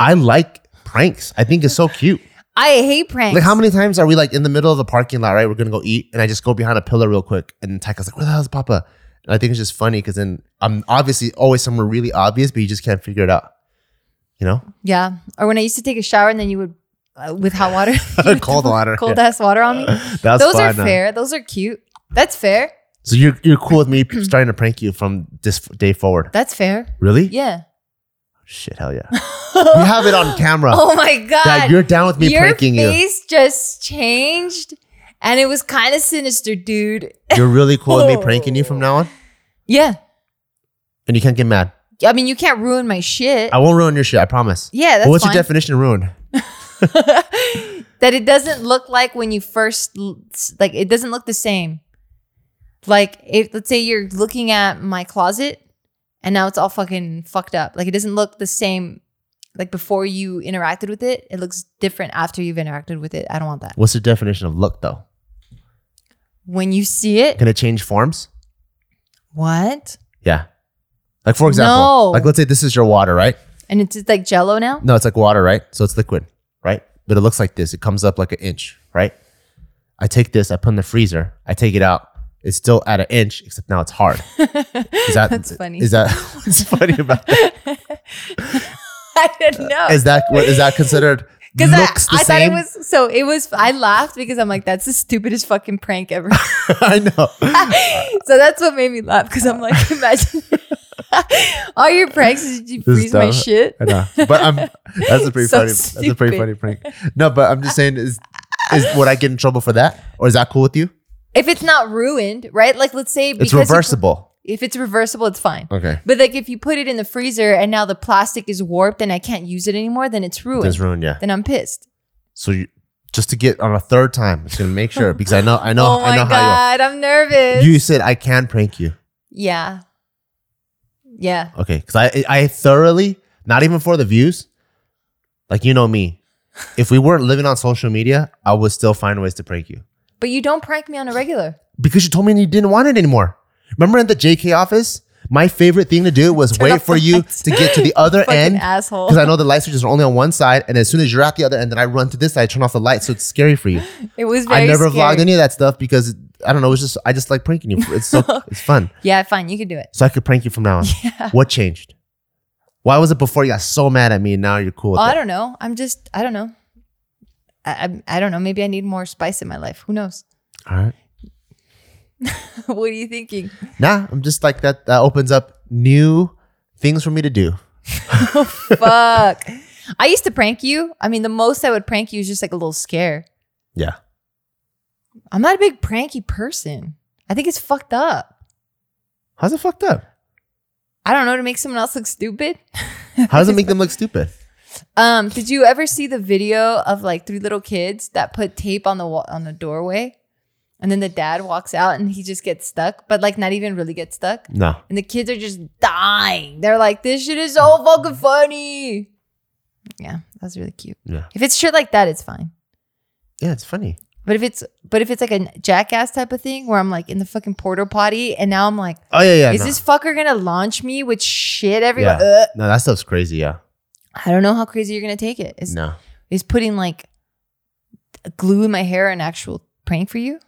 [SPEAKER 3] I like pranks. I think it's so cute.
[SPEAKER 2] I hate pranks.
[SPEAKER 3] Like how many times are we like in the middle of the parking lot, right? We're gonna go eat, and I just go behind a pillar real quick, and Tyka's like, "Where the hell is Papa?" And I think it's just funny because then I'm obviously always somewhere really obvious, but you just can't figure it out. You
[SPEAKER 2] [laughs]
[SPEAKER 3] know,
[SPEAKER 2] Yeah. Or when I used to take a shower and then you would, uh, with hot water, you
[SPEAKER 3] [laughs]
[SPEAKER 2] would [laughs]
[SPEAKER 3] Cold
[SPEAKER 2] pour
[SPEAKER 3] water,
[SPEAKER 2] cold
[SPEAKER 3] yeah.
[SPEAKER 2] ass water on me.
[SPEAKER 3] [laughs] that's
[SPEAKER 2] Those are
[SPEAKER 3] fun, huh?
[SPEAKER 2] fair. Those are cute. That's fair.
[SPEAKER 3] So you're you're cool
[SPEAKER 2] [clears throat]
[SPEAKER 3] with me starting to prank you from this day forward.
[SPEAKER 2] That's fair.
[SPEAKER 3] Really?
[SPEAKER 2] Yeah.
[SPEAKER 3] Shit, hell
[SPEAKER 2] [laughs]
[SPEAKER 3] yeah. we have it on camera
[SPEAKER 2] Oh my god.
[SPEAKER 3] that you're down with me
[SPEAKER 2] Your
[SPEAKER 3] pranking you.
[SPEAKER 2] face just changed, and it was kind of sinister, dude.
[SPEAKER 3] You're really cool with me pranking you
[SPEAKER 2] [laughs]
[SPEAKER 3] from now on,
[SPEAKER 2] Yeah.
[SPEAKER 3] and you can't get mad.
[SPEAKER 2] I mean, you can't ruin my shit.
[SPEAKER 3] I won't ruin your shit. I promise.
[SPEAKER 2] yeah. That's
[SPEAKER 3] What's
[SPEAKER 2] fine.
[SPEAKER 3] your definition of ruin?
[SPEAKER 2] [laughs] that it doesn't look like when you first l- s- like it doesn't look the same like if let's say you're looking at my closet and now it's all fucking fucked up like it doesn't look the same like before you interacted with it it looks different after you've interacted with it i don't want that
[SPEAKER 3] What's the definition of look though?
[SPEAKER 2] when you see it
[SPEAKER 3] Can it change forms?
[SPEAKER 2] what
[SPEAKER 3] Yeah. Like for example,
[SPEAKER 2] No.
[SPEAKER 3] like let's say this is your water, right?
[SPEAKER 2] and it's just like jello now [laughs]
[SPEAKER 3] No, it's like water, right? So it's liquid, right? But it looks like this. It comes up like an inch, right? I take this, I put it in the freezer, I take it out. It's still at an inch, except now it's
[SPEAKER 2] [laughs]
[SPEAKER 3] hard. Is that
[SPEAKER 2] That's funny.
[SPEAKER 3] Is that [laughs] what's funny about
[SPEAKER 2] [laughs]
[SPEAKER 3] that?
[SPEAKER 2] i don't know
[SPEAKER 3] Is that what is that
[SPEAKER 2] [laughs]
[SPEAKER 3] considered?
[SPEAKER 2] because I,
[SPEAKER 3] Uh, looks the
[SPEAKER 2] I thought it
[SPEAKER 3] same?
[SPEAKER 2] was so it was i laughed because i'm like that's the stupidest fucking prank ever
[SPEAKER 3] [laughs] I know.
[SPEAKER 2] so that's what made me laugh because I'm
[SPEAKER 3] [laughs]
[SPEAKER 2] like, imagine [laughs] all your pranks is you
[SPEAKER 3] This is
[SPEAKER 2] freeze my
[SPEAKER 3] dumb.
[SPEAKER 2] shit.
[SPEAKER 3] I know. But I'm that's a pretty
[SPEAKER 2] So
[SPEAKER 3] funny that's a pretty funny
[SPEAKER 2] stupid.
[SPEAKER 3] prank. No, but I'm just saying is is would I get in trouble for that? Or is that cool with you?
[SPEAKER 2] If it's not ruined, right? Like, let's say
[SPEAKER 3] It's
[SPEAKER 2] you-
[SPEAKER 3] reversible.
[SPEAKER 2] if it's reversible, it's fine.
[SPEAKER 3] okay.
[SPEAKER 2] But like, if you put it in the freezer and now the plastic is warped and I can't use it anymore, then it's ruined.
[SPEAKER 3] It's ruined, yeah.
[SPEAKER 2] Then I'm pissed.
[SPEAKER 3] So you, just to get on a third time, just gonna make sure because I know, I know,
[SPEAKER 2] [laughs] oh
[SPEAKER 3] I
[SPEAKER 2] my
[SPEAKER 3] know how
[SPEAKER 2] god, I'm
[SPEAKER 3] you.
[SPEAKER 2] nervous.
[SPEAKER 3] Are. You said I can prank you,
[SPEAKER 2] yeah, yeah.
[SPEAKER 3] okay? Because I, I thoroughly, not even for the views, like you know me. If we weren't living on social media, I would still find ways to prank you
[SPEAKER 2] But you don't prank me on a regular.
[SPEAKER 3] because you told me you didn't want it anymore. Remember at the JK office, My favorite thing to do was
[SPEAKER 2] Turn
[SPEAKER 3] wait
[SPEAKER 2] off
[SPEAKER 3] for
[SPEAKER 2] the
[SPEAKER 3] you
[SPEAKER 2] lights.
[SPEAKER 3] to get to the other
[SPEAKER 2] [laughs] Fucking
[SPEAKER 3] end [laughs]
[SPEAKER 2] asshole.
[SPEAKER 3] because I know the light switches are only on one side, and as soon as you're at the other end, then I run to this side, turn off the light, so it's scary for you.
[SPEAKER 2] It was very
[SPEAKER 3] I never
[SPEAKER 2] scary.
[SPEAKER 3] vlogged any of that stuff because I don't know. It's just I just like pranking you. It's
[SPEAKER 2] [laughs]
[SPEAKER 3] so it's fun.
[SPEAKER 2] Yeah, fine. You can do it.
[SPEAKER 3] So I could prank you from now on. What changed? Why was it before you got so mad at me and now you're cool with
[SPEAKER 2] Oh, I
[SPEAKER 3] it?
[SPEAKER 2] don't know. I'm just, I don't know. I, I'm- I, don't know. Maybe I need more spice in my life. Who knows? [laughs]
[SPEAKER 3] All right.
[SPEAKER 2] what are you thinking? [laughs]
[SPEAKER 3] Nah, I'm just like that. That opens up new things for me to do.
[SPEAKER 2] Oh, Fuck. I used to prank you. I mean, the most I would prank you is just like a little scare.
[SPEAKER 3] Yeah.
[SPEAKER 2] I'm not a big pranky person. I think it's fucked up.
[SPEAKER 3] How's it fucked up?
[SPEAKER 2] I don't know to make someone else look stupid. [laughs]
[SPEAKER 3] How does it make them look stupid?
[SPEAKER 2] Um, did you ever see the video of like three little kids that put tape on the wa- on the doorway, and then the dad walks out and he just gets stuck, but like not even really gets stuck,
[SPEAKER 3] No.
[SPEAKER 2] and the kids are just dying. They're like, "This shit is so fucking funny." Yeah, that's really cute.
[SPEAKER 3] Yeah.
[SPEAKER 2] If it's shit like that, it's fine.
[SPEAKER 3] Yeah, it's funny.
[SPEAKER 2] But if it's but if it's like a jackass type of thing where I'm like in the fucking porta potty and now I'm like,
[SPEAKER 3] Oh yeah, yeah.
[SPEAKER 2] is
[SPEAKER 3] no.
[SPEAKER 2] this fucker gonna launch me with shit everywhere?
[SPEAKER 3] Yeah.
[SPEAKER 2] Ugh.
[SPEAKER 3] no, that stuff's crazy. Yeah.
[SPEAKER 2] I don't know how crazy you're gonna take it. Is
[SPEAKER 3] No.
[SPEAKER 2] is putting like glue in my hair an actual prank for you?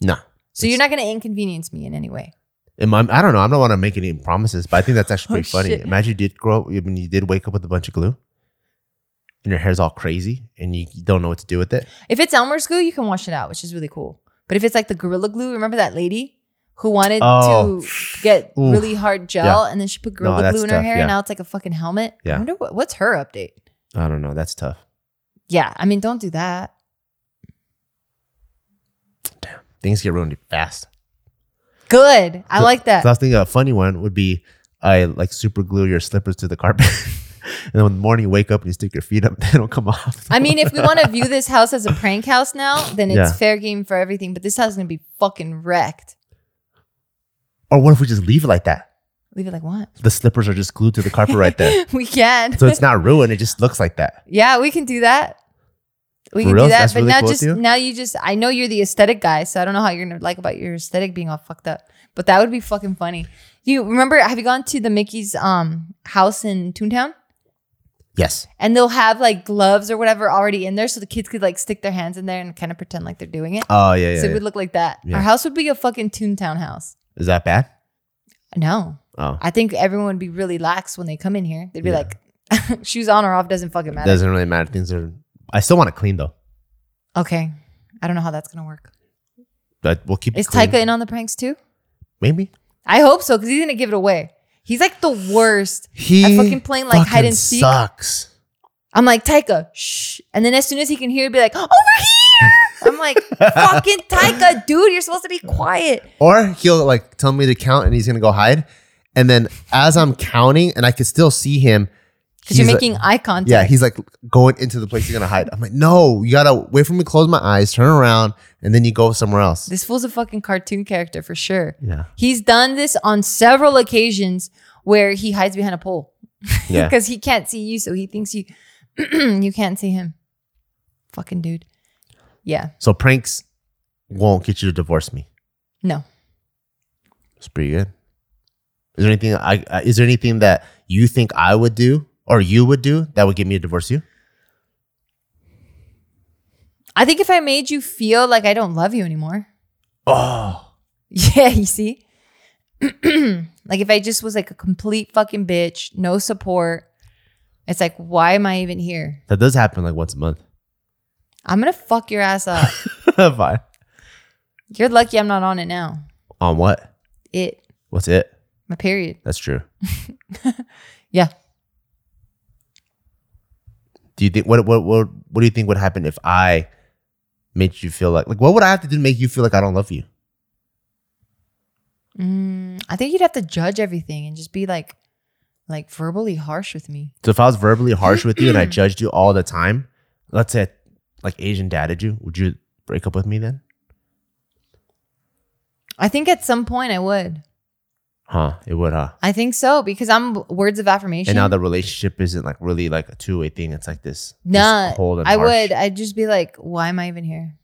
[SPEAKER 3] No.
[SPEAKER 2] So you're not gonna inconvenience me in any way.
[SPEAKER 3] Am I, I don't know. I don't want to make any promises, but I think that's actually
[SPEAKER 2] Oh,
[SPEAKER 3] pretty funny.
[SPEAKER 2] shit.
[SPEAKER 3] Imagine you did grow up, I mean, you did wake up with a bunch of glue and your hair's all crazy and you don't know what to do with it.
[SPEAKER 2] If it's Elmer's glue, you can wash it out, which is really cool. But if it's like the gorilla glue, remember that lady who wanted
[SPEAKER 3] Oh.
[SPEAKER 2] to get
[SPEAKER 3] Oof.
[SPEAKER 2] really hard gel and then she put gorilla
[SPEAKER 3] that's
[SPEAKER 2] glue in her
[SPEAKER 3] tough,
[SPEAKER 2] hair
[SPEAKER 3] yeah.
[SPEAKER 2] and now it's like a fucking helmet. I
[SPEAKER 3] Yeah.
[SPEAKER 2] wonder what, what's her update.
[SPEAKER 3] I don't know. That's tough.
[SPEAKER 2] Yeah, I mean, don't do that.
[SPEAKER 3] Things get ruined fast.
[SPEAKER 2] Good. I
[SPEAKER 3] So-
[SPEAKER 2] like that.
[SPEAKER 3] So I was thinking a funny one would be I like super glue your slippers to the carpet. [laughs] and then in the morning you wake up and you stick your feet up, [laughs] they don't come off.
[SPEAKER 2] I mean, if we want to view this house as a prank house now, then it's
[SPEAKER 3] Yeah.
[SPEAKER 2] fair game for everything. But this house is gonna be fucking wrecked.
[SPEAKER 3] [laughs] or what if we just leave it like that?
[SPEAKER 2] Leave it like what?
[SPEAKER 3] The slippers are just glued to the carpet right there.
[SPEAKER 2] [laughs] we can.
[SPEAKER 3] So it's not ruined, it just looks like that.
[SPEAKER 2] yeah, we can do that. We
[SPEAKER 3] For
[SPEAKER 2] can
[SPEAKER 3] real?
[SPEAKER 2] do that.
[SPEAKER 3] That's
[SPEAKER 2] But
[SPEAKER 3] really
[SPEAKER 2] now
[SPEAKER 3] cool with
[SPEAKER 2] just
[SPEAKER 3] you?
[SPEAKER 2] now you just I know you're the aesthetic guy, so I don't know how you're gonna like about your aesthetic being all fucked up. But that would be fucking funny. You remember have you gone to the Mickey's um house in Toontown?
[SPEAKER 3] Yes.
[SPEAKER 2] And they'll have like gloves or whatever already in there so the kids could like stick their hands in there and kind of pretend like they're doing it.
[SPEAKER 3] Oh yeah, yeah.
[SPEAKER 2] so it
[SPEAKER 3] yeah.
[SPEAKER 2] would look like that.
[SPEAKER 3] Yeah.
[SPEAKER 2] Our house would be a fucking Toontown house.
[SPEAKER 3] Is that bad?
[SPEAKER 2] No.
[SPEAKER 3] Oh.
[SPEAKER 2] I think everyone would be really lax when they come in here. They'd be
[SPEAKER 3] Yeah.
[SPEAKER 2] like, [laughs] shoes on or off doesn't fucking matter.
[SPEAKER 3] Doesn't really matter. Things are I still want to clean though.
[SPEAKER 2] Okay. I don't know how that's going to work.
[SPEAKER 3] But we'll keep it
[SPEAKER 2] Is
[SPEAKER 3] clean.
[SPEAKER 2] Taika in on the pranks too?
[SPEAKER 3] Maybe.
[SPEAKER 2] I hope so because he's going to give it away. He's like the worst.
[SPEAKER 3] He
[SPEAKER 2] I fucking playing like hide
[SPEAKER 3] fucking
[SPEAKER 2] and seek.
[SPEAKER 3] sucks.
[SPEAKER 2] I'm like, Taika, shh. And then as soon as he can hear, he'd be like, over here. I'm like,
[SPEAKER 3] [laughs]
[SPEAKER 2] fucking Taika, dude, you're supposed to be quiet.
[SPEAKER 3] Or he'll like tell me to count and he's gonna go hide. And then as I'm counting and I can still see him.
[SPEAKER 2] Because you're
[SPEAKER 3] he's like-
[SPEAKER 2] making eye contact.
[SPEAKER 3] yeah, he's like going into the place you're gonna hide. I'm like, no, you gotta wait for me to close my eyes, turn around, and then you go somewhere else.
[SPEAKER 2] This fool's a fucking cartoon character for sure.
[SPEAKER 3] Yeah.
[SPEAKER 2] He's done this on several occasions where he hides behind a pole. [laughs]
[SPEAKER 3] Yeah.
[SPEAKER 2] Because he can't see you, so he thinks you [clears throat] you can't see him. Fucking dude. Yeah.
[SPEAKER 3] So pranks won't get you to divorce me.
[SPEAKER 2] No.
[SPEAKER 3] It's pretty good. Is there anything I uh, is there anything that you think I would do or you would do that would get me to divorce you?
[SPEAKER 2] I think if I made you feel like I don't love you anymore.
[SPEAKER 3] Oh,
[SPEAKER 2] [laughs] Yeah, you see? [clears throat] like if I just was like a complete fucking bitch, no support. It's like, why am I even here?
[SPEAKER 3] that does happen like once a month. [laughs]
[SPEAKER 2] I'm gonna fuck your ass up.
[SPEAKER 3] Fine.
[SPEAKER 2] You're lucky I'm not on it now.
[SPEAKER 3] On what?
[SPEAKER 2] It.
[SPEAKER 3] What's it?
[SPEAKER 2] My period.
[SPEAKER 3] That's true.
[SPEAKER 2] Yeah.
[SPEAKER 3] Do you think what what what what do you think would happen if I made you feel like like what would I have to do to make you feel like I don't love you?
[SPEAKER 2] Mm, I think you'd have to judge everything and just be like, like verbally harsh with me.
[SPEAKER 3] So if I was verbally harsh with you and I judged you all the time, let's say like Asian dadded you, would you break up with me then?
[SPEAKER 2] I think at some point I would.
[SPEAKER 3] Huh? It would, huh?
[SPEAKER 2] I think so because I'm words of affirmation.
[SPEAKER 3] And now the relationship isn't like really like a two way thing. It's like this. this
[SPEAKER 2] Nah,
[SPEAKER 3] cold and
[SPEAKER 2] I
[SPEAKER 3] harsh.
[SPEAKER 2] would. uh, I'd just be like, why am I even here?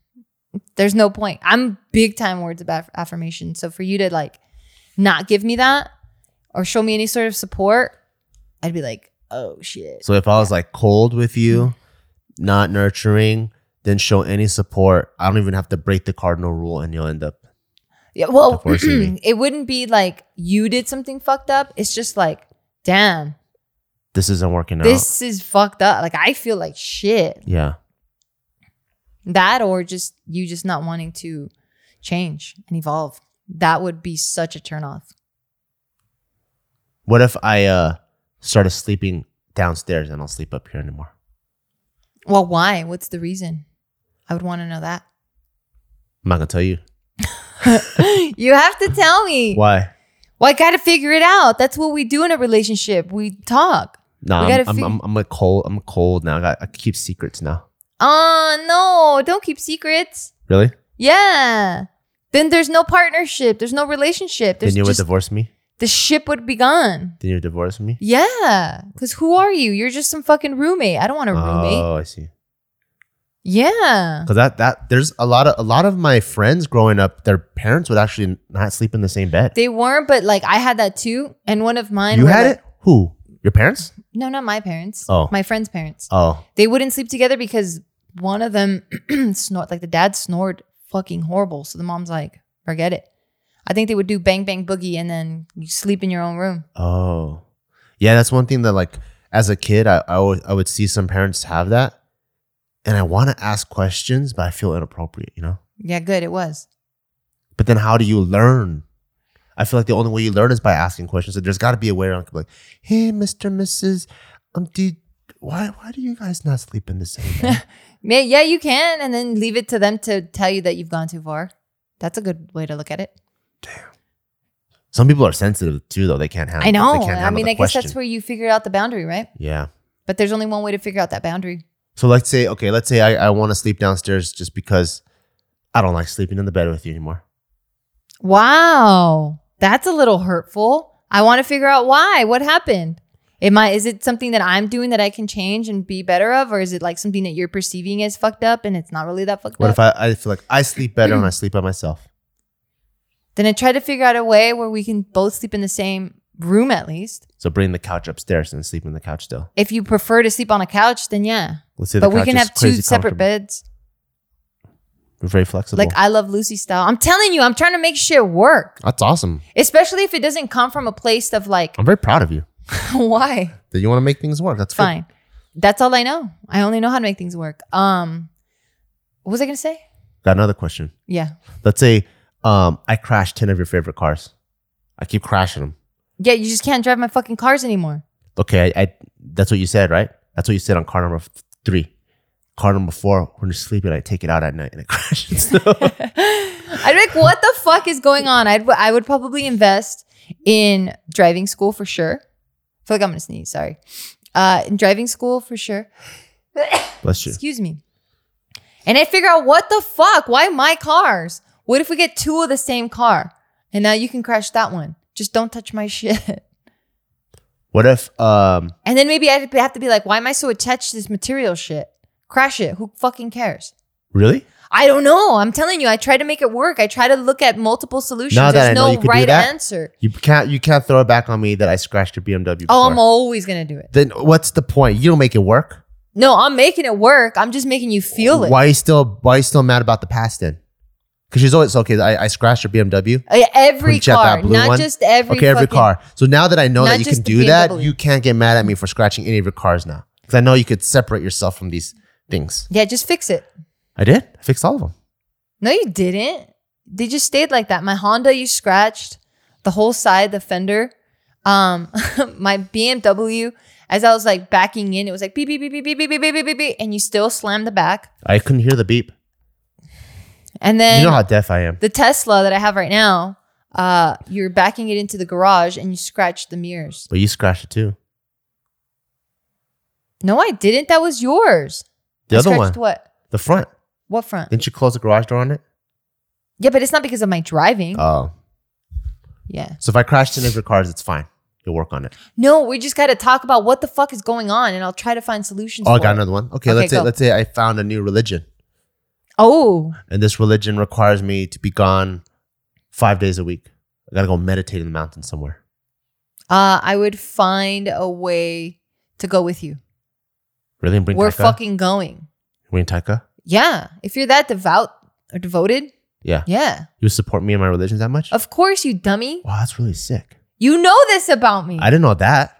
[SPEAKER 2] There's no point. I'm big time words of aff- affirmation. So for you to like not give me that or show me any sort of support, I'd be like, oh shit.
[SPEAKER 3] So if I was like cold with you, not nurturing, then show any support. I don't even have to break the cardinal rule and you'll end up.
[SPEAKER 2] Yeah, well,
[SPEAKER 3] Unfortunately.
[SPEAKER 2] [clears throat] it wouldn't be like you did something fucked up. It's just like, damn,
[SPEAKER 3] This isn't working out.
[SPEAKER 2] this is fucked up. Like I feel like shit.
[SPEAKER 3] Yeah.
[SPEAKER 2] That or just you just not wanting to change and evolve. That would be such a turnoff.
[SPEAKER 3] What if I uh started sleeping downstairs and I'll sleep up here anymore?
[SPEAKER 2] Well, why? What's the reason? I would want to know that.
[SPEAKER 3] I'm not gonna tell you.
[SPEAKER 2] [laughs] you have to tell me.
[SPEAKER 3] Why?
[SPEAKER 2] Well, I got to figure it out. That's what we do in a relationship. We talk.
[SPEAKER 3] No,
[SPEAKER 2] We
[SPEAKER 3] nah, I'm,
[SPEAKER 2] gotta
[SPEAKER 3] I'm,
[SPEAKER 2] fig-
[SPEAKER 3] I'm I'm a cold I'm cold now. I got I keep secrets now.
[SPEAKER 2] Oh, no, don't keep secrets.
[SPEAKER 3] Really?
[SPEAKER 2] Yeah. Then there's no partnership. There's no relationship. There's
[SPEAKER 3] then you would
[SPEAKER 2] just,
[SPEAKER 3] divorce me?
[SPEAKER 2] the ship would be gone.
[SPEAKER 3] Then you would divorce me?
[SPEAKER 2] Yeah. Because who are you? You're just some fucking roommate. I don't want a roommate.
[SPEAKER 3] Oh, I see.
[SPEAKER 2] Yeah.
[SPEAKER 3] Cause that that there's a lot of a lot of my friends growing up, their parents would actually not sleep in the same bed.
[SPEAKER 2] They weren't, but like I had that too. And one of mine.
[SPEAKER 3] you
[SPEAKER 2] were,
[SPEAKER 3] had
[SPEAKER 2] like-
[SPEAKER 3] it? Who? Your parents?
[SPEAKER 2] No, not my parents.
[SPEAKER 3] Oh.
[SPEAKER 2] My friend's parents.
[SPEAKER 3] Oh,
[SPEAKER 2] They wouldn't sleep together because one of them [clears throat] snort like the dad snored fucking horrible. So the mom's like, forget it. I think they would do bang bang boogie and then you sleep in your own room.
[SPEAKER 3] oh, yeah. That's one thing that like as a kid, I I would, I would see some parents have that, and I want to ask questions, but I feel inappropriate, you know.
[SPEAKER 2] Yeah, good. It was.
[SPEAKER 3] But then how do you learn? I feel like the only way you learn is by asking questions. So there's got to be a way around like, hey, Mister, Mrs., um, did why why do you guys not sleep in the same bed?
[SPEAKER 2] Yeah, yeah, you can, and then leave it to them to tell you that you've gone too far. That's a good way to look at it.
[SPEAKER 3] some people are sensitive too, though. They can't handle.
[SPEAKER 2] I know.
[SPEAKER 3] They can't
[SPEAKER 2] I
[SPEAKER 3] handle
[SPEAKER 2] mean,
[SPEAKER 3] the
[SPEAKER 2] I guess
[SPEAKER 3] question.
[SPEAKER 2] that's where you figure out the boundary, right?
[SPEAKER 3] yeah.
[SPEAKER 2] But there's only one way to figure out that boundary.
[SPEAKER 3] So let's say, okay, let's say I, I want to sleep downstairs just because I don't like sleeping in the bed with you anymore.
[SPEAKER 2] Wow, that's a little hurtful. I want to figure out why. What happened? Am I? Is it something that I'm doing that I can change and be better of, or is it like something that you're perceiving as fucked up and it's not really that fucked
[SPEAKER 3] What
[SPEAKER 2] up?
[SPEAKER 3] if I, I feel like I sleep better
[SPEAKER 2] [clears throat]
[SPEAKER 3] when I sleep by myself?
[SPEAKER 2] then I try to figure out a way where we can both sleep in the same room at least.
[SPEAKER 3] So bring the couch upstairs and sleep in the couch still.
[SPEAKER 2] If you prefer to sleep on a couch, then yeah.
[SPEAKER 3] Let's say the
[SPEAKER 2] But we
[SPEAKER 3] couch
[SPEAKER 2] can
[SPEAKER 3] is
[SPEAKER 2] have two
[SPEAKER 3] crazy
[SPEAKER 2] separate
[SPEAKER 3] comfortable.
[SPEAKER 2] beds.
[SPEAKER 3] We're very flexible.
[SPEAKER 2] like I love Lucy style. I'm telling you, I'm trying to make shit work,
[SPEAKER 3] That's awesome.
[SPEAKER 2] especially if it doesn't come from a place of like, [laughs]
[SPEAKER 3] I'm very proud of you
[SPEAKER 2] why?
[SPEAKER 3] that you want to make things work. That's good.
[SPEAKER 2] Fine. That's all I know. I only know how to make things work. Um, what was I gonna say?
[SPEAKER 3] Got another question.
[SPEAKER 2] Yeah,
[SPEAKER 3] Let's say um, I crash 10 of your favorite cars. I keep crashing them.
[SPEAKER 2] yeah. You just can't drive my fucking cars anymore. [laughs]
[SPEAKER 3] Okay, I, I that's what you said, right? That's what you said on car number f- three. Car number four, when you're sleeping, I take it out at night and it [laughs]
[SPEAKER 2] [laughs]
[SPEAKER 3] crashes.
[SPEAKER 2] I'd be like, what the fuck is going on? I'd I would probably invest in driving school for sure. I feel like I'm gonna sneeze. Sorry. Uh, in driving school for sure.
[SPEAKER 3] Bless you.
[SPEAKER 2] Excuse me. And I figure out what the fuck? Why my cars? What if we get two of the same car? And now you can crash that one. Just don't touch my [laughs] shit.
[SPEAKER 3] What if um
[SPEAKER 2] And then maybe I'd have to be like, why am I so attached to this material shit? Crash it. Who fucking cares?
[SPEAKER 3] really?
[SPEAKER 2] I don't know. I'm telling you, I try to make it work. I try to look at multiple solutions.
[SPEAKER 3] Now that
[SPEAKER 2] There's
[SPEAKER 3] I know
[SPEAKER 2] no
[SPEAKER 3] you could do
[SPEAKER 2] right
[SPEAKER 3] that,
[SPEAKER 2] answer.
[SPEAKER 3] You can't you can't throw it back on me that I scratched your BMW. Before.
[SPEAKER 2] Oh, I'm always gonna do it.
[SPEAKER 3] then what's the point? You don't make it work.
[SPEAKER 2] No, I'm making it work. I'm just making you feel it.
[SPEAKER 3] Why you still why you still mad about the past then? Because she's always okay. I, I scratched your BMW.
[SPEAKER 2] Uh, Every
[SPEAKER 3] Punch out
[SPEAKER 2] car,
[SPEAKER 3] that blue
[SPEAKER 2] not
[SPEAKER 3] one.
[SPEAKER 2] just every
[SPEAKER 3] okay, every
[SPEAKER 2] fucking-
[SPEAKER 3] car. So now that I know
[SPEAKER 2] Not
[SPEAKER 3] that you
[SPEAKER 2] just
[SPEAKER 3] can
[SPEAKER 2] the
[SPEAKER 3] do that,
[SPEAKER 2] BMW.
[SPEAKER 3] you can't get mad at me for scratching any of your cars now. Because I know you could separate yourself from these things.
[SPEAKER 2] Yeah, just fix it.
[SPEAKER 3] I did. I fixed all of them.
[SPEAKER 2] No, you didn't. They just stayed like that. My Honda, you scratched the whole side, the fender. Um, [laughs] my BMW, as I was like backing in, it was like beep beep beep beep beep beep beep beep beep beep, beep, and you still slammed the back.
[SPEAKER 3] I couldn't hear the beep.
[SPEAKER 2] And then
[SPEAKER 3] you know how deaf I am.
[SPEAKER 2] the Tesla that I have right now, uh, you're backing it into the garage and you scratched the mirrors.
[SPEAKER 3] But you scratched it too.
[SPEAKER 2] No, I didn't. That was yours.
[SPEAKER 3] The
[SPEAKER 2] I
[SPEAKER 3] other one,
[SPEAKER 2] scratched What?
[SPEAKER 3] the front.
[SPEAKER 2] What front?
[SPEAKER 3] Didn't you close the garage door on it?
[SPEAKER 2] Yeah, but it's not because of my driving.
[SPEAKER 5] Mm-hmm.
[SPEAKER 3] Oh.
[SPEAKER 2] yeah.
[SPEAKER 3] So if I crashed any of your cars, it's fine. You'll work on it.
[SPEAKER 2] No, we just got to talk about what the fuck is going on, and I'll try to find solutions.
[SPEAKER 3] Oh, I
[SPEAKER 2] for
[SPEAKER 3] got
[SPEAKER 2] it.
[SPEAKER 3] another one. Okay,
[SPEAKER 2] Okay,
[SPEAKER 3] let's say
[SPEAKER 2] go.
[SPEAKER 3] let's say I found a new religion,
[SPEAKER 2] Oh,
[SPEAKER 3] and this religion requires me to be gone five days a week. I gotta go meditate in the mountains somewhere.
[SPEAKER 5] Uh, I would find a way to go with you.
[SPEAKER 3] Really? And bring
[SPEAKER 5] We're
[SPEAKER 3] Taka?
[SPEAKER 5] fucking going.
[SPEAKER 3] Bring Taka?
[SPEAKER 5] Yeah. If you're that devout or devoted,
[SPEAKER 3] Yeah.
[SPEAKER 5] yeah.
[SPEAKER 3] You support me in my religion that much?
[SPEAKER 5] Of course, you dummy.
[SPEAKER 3] wow, that's really sick.
[SPEAKER 5] You know this about me.
[SPEAKER 3] I didn't know that.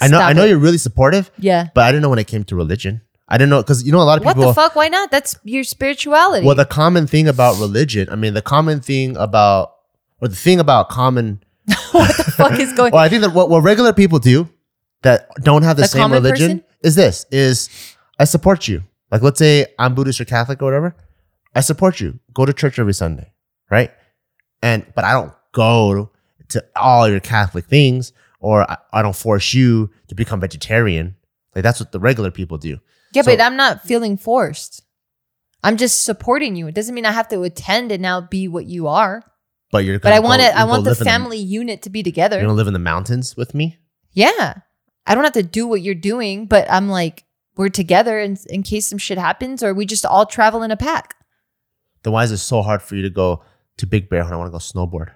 [SPEAKER 3] I know.
[SPEAKER 5] Stop
[SPEAKER 3] I know
[SPEAKER 5] it.
[SPEAKER 3] you're really supportive,
[SPEAKER 5] Yeah.
[SPEAKER 3] but I didn't know when it came to religion. I didn't know because you know a lot of
[SPEAKER 5] What
[SPEAKER 3] people.
[SPEAKER 5] the fuck? Why not? That's your spirituality.
[SPEAKER 3] Well, the common thing about religion, I mean, the common thing about, or the thing about common,
[SPEAKER 5] [laughs] what the fuck
[SPEAKER 3] [laughs]
[SPEAKER 5] is going
[SPEAKER 3] well, I think that what, what regular people do that don't have the,
[SPEAKER 5] The
[SPEAKER 3] same
[SPEAKER 5] common
[SPEAKER 3] religion
[SPEAKER 5] person?
[SPEAKER 3] is this: is I support you. Like, let's say I'm Buddhist or Catholic or whatever, I support you. Go to church every Sunday, right? And but I don't go to all your Catholic things, or I, I don't force you to become vegetarian. Like that's what the regular people do.
[SPEAKER 5] Yeah, but
[SPEAKER 3] So-
[SPEAKER 5] I'm not feeling forced. I'm just supporting you. It doesn't mean I have to attend and now be what you are.
[SPEAKER 3] But you're.
[SPEAKER 5] But
[SPEAKER 3] gonna
[SPEAKER 5] I want
[SPEAKER 3] go-
[SPEAKER 5] it. I
[SPEAKER 3] you'll go
[SPEAKER 5] want the
[SPEAKER 3] live in
[SPEAKER 5] family unit to be
[SPEAKER 3] You're gonna
[SPEAKER 5] together.
[SPEAKER 3] live in the mountains with me.
[SPEAKER 5] Yeah, I don't have to do what you're doing, but I'm like we're together in, in case some shit happens, or we just all travel in a pack.
[SPEAKER 3] then why is it so hard for you to go to Big Bear when I want to go snowboard?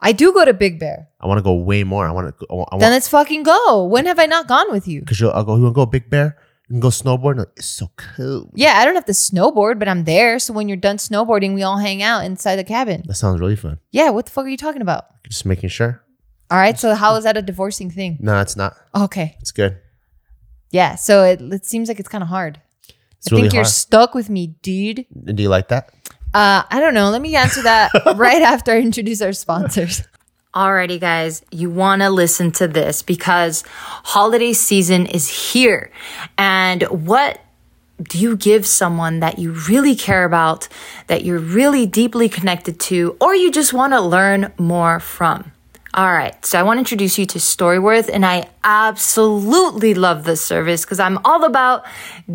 [SPEAKER 5] I do go to Big Bear.
[SPEAKER 3] I want to go way more. I want to. I want. I
[SPEAKER 5] Then
[SPEAKER 3] want
[SPEAKER 5] let's fucking go. When have I not gone with you?
[SPEAKER 3] because you'll I'll go. You want to go Big Bear? You can go snowboard. Like, it's so cool.
[SPEAKER 5] Yeah, I don't have to snowboard, but I'm there. So when you're done snowboarding, we all hang out inside the cabin.
[SPEAKER 3] That sounds really fun.
[SPEAKER 5] Yeah, what the fuck are you talking about?
[SPEAKER 3] Just making sure.
[SPEAKER 5] All right, so how is that a divorcing thing?
[SPEAKER 3] No, it's not.
[SPEAKER 5] Okay.
[SPEAKER 3] It's good.
[SPEAKER 5] Yeah, so it, it seems like it's kind of hard.
[SPEAKER 3] It's
[SPEAKER 5] I
[SPEAKER 3] really
[SPEAKER 5] think you're
[SPEAKER 3] hard.
[SPEAKER 5] stuck with me, dude.
[SPEAKER 3] Do you like that?
[SPEAKER 5] Uh, I don't know. Let me answer that right after I introduce our sponsors.
[SPEAKER 2] Alrighty, guys, you want to listen to this because holiday season is here. And what do you give someone that you really care about, that you're really deeply connected to, or you just want to learn more from? All right, so I want to introduce you to Storyworth, and I absolutely love this service because I'm all about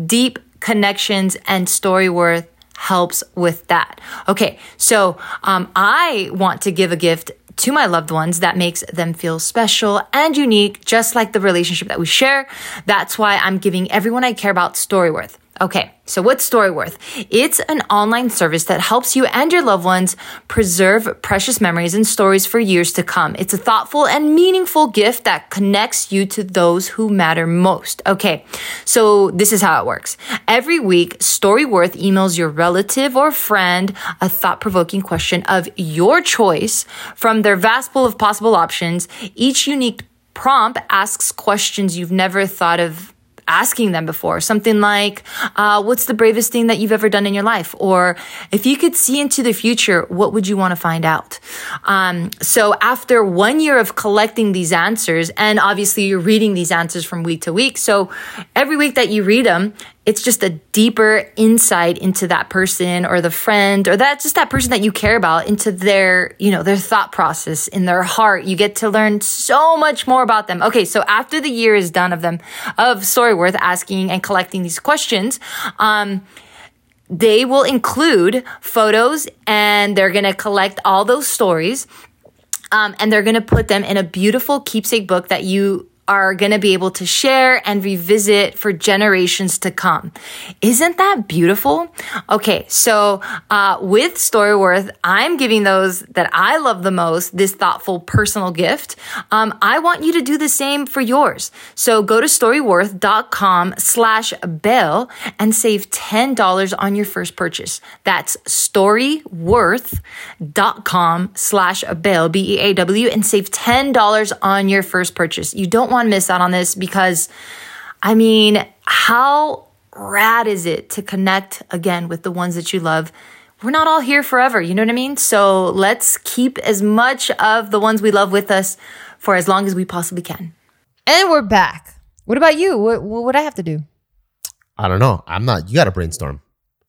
[SPEAKER 2] deep connections, and Storyworth helps with that. Okay, so um, I want to give a gift to my loved ones that makes them feel special and unique, just like the relationship that we share. That's why I'm giving everyone I care about Storyworth. Okay, so what's Storyworth? It's an online service that helps you and your loved ones preserve precious memories and stories for years to come. It's a thoughtful and meaningful gift that connects you to those who matter most. Okay, so this is how it works. Every week, Storyworth emails your relative or friend a thought provoking question of your choice from their vast pool of possible options. Each unique prompt asks questions you've never thought of asking them before. Something like, uh, what's the bravest thing that you've ever done in your life? Or if you could see into the future, what would you want to find out? Um, so after one year of collecting these answers, and obviously you're reading these answers from week to week. So every week that you read them, it's just a deeper insight into that person or the friend or that just that person that you care about into their you know their thought process in their heart you get to learn so much more about them okay so after the year is done of them of storyworth asking and collecting these questions um, they will include photos and they're going to collect all those stories um, and they're going to put them in a beautiful keepsake book that you are going to be able to share and revisit for generations to come. Isn't that beautiful? Okay, so uh, with Storyworth, I'm giving those that I love the most this thoughtful personal gift. Um, I want you to do the same for yours. So go to storyworth.com slash bell and save $10 on your first purchase. That's storyworth.com slash bail, B-E-A-W, and save $10 on your first purchase. You don't want to miss out on this because, I mean, how rad is it to connect again with the ones that you love? We're not all here forever, you know what I mean? So let's keep as much of the ones we love with us for as long as we possibly can.
[SPEAKER 5] and we're back. What about you? What, what would I have to do?
[SPEAKER 3] I don't know. I'm not. You got to brainstorm.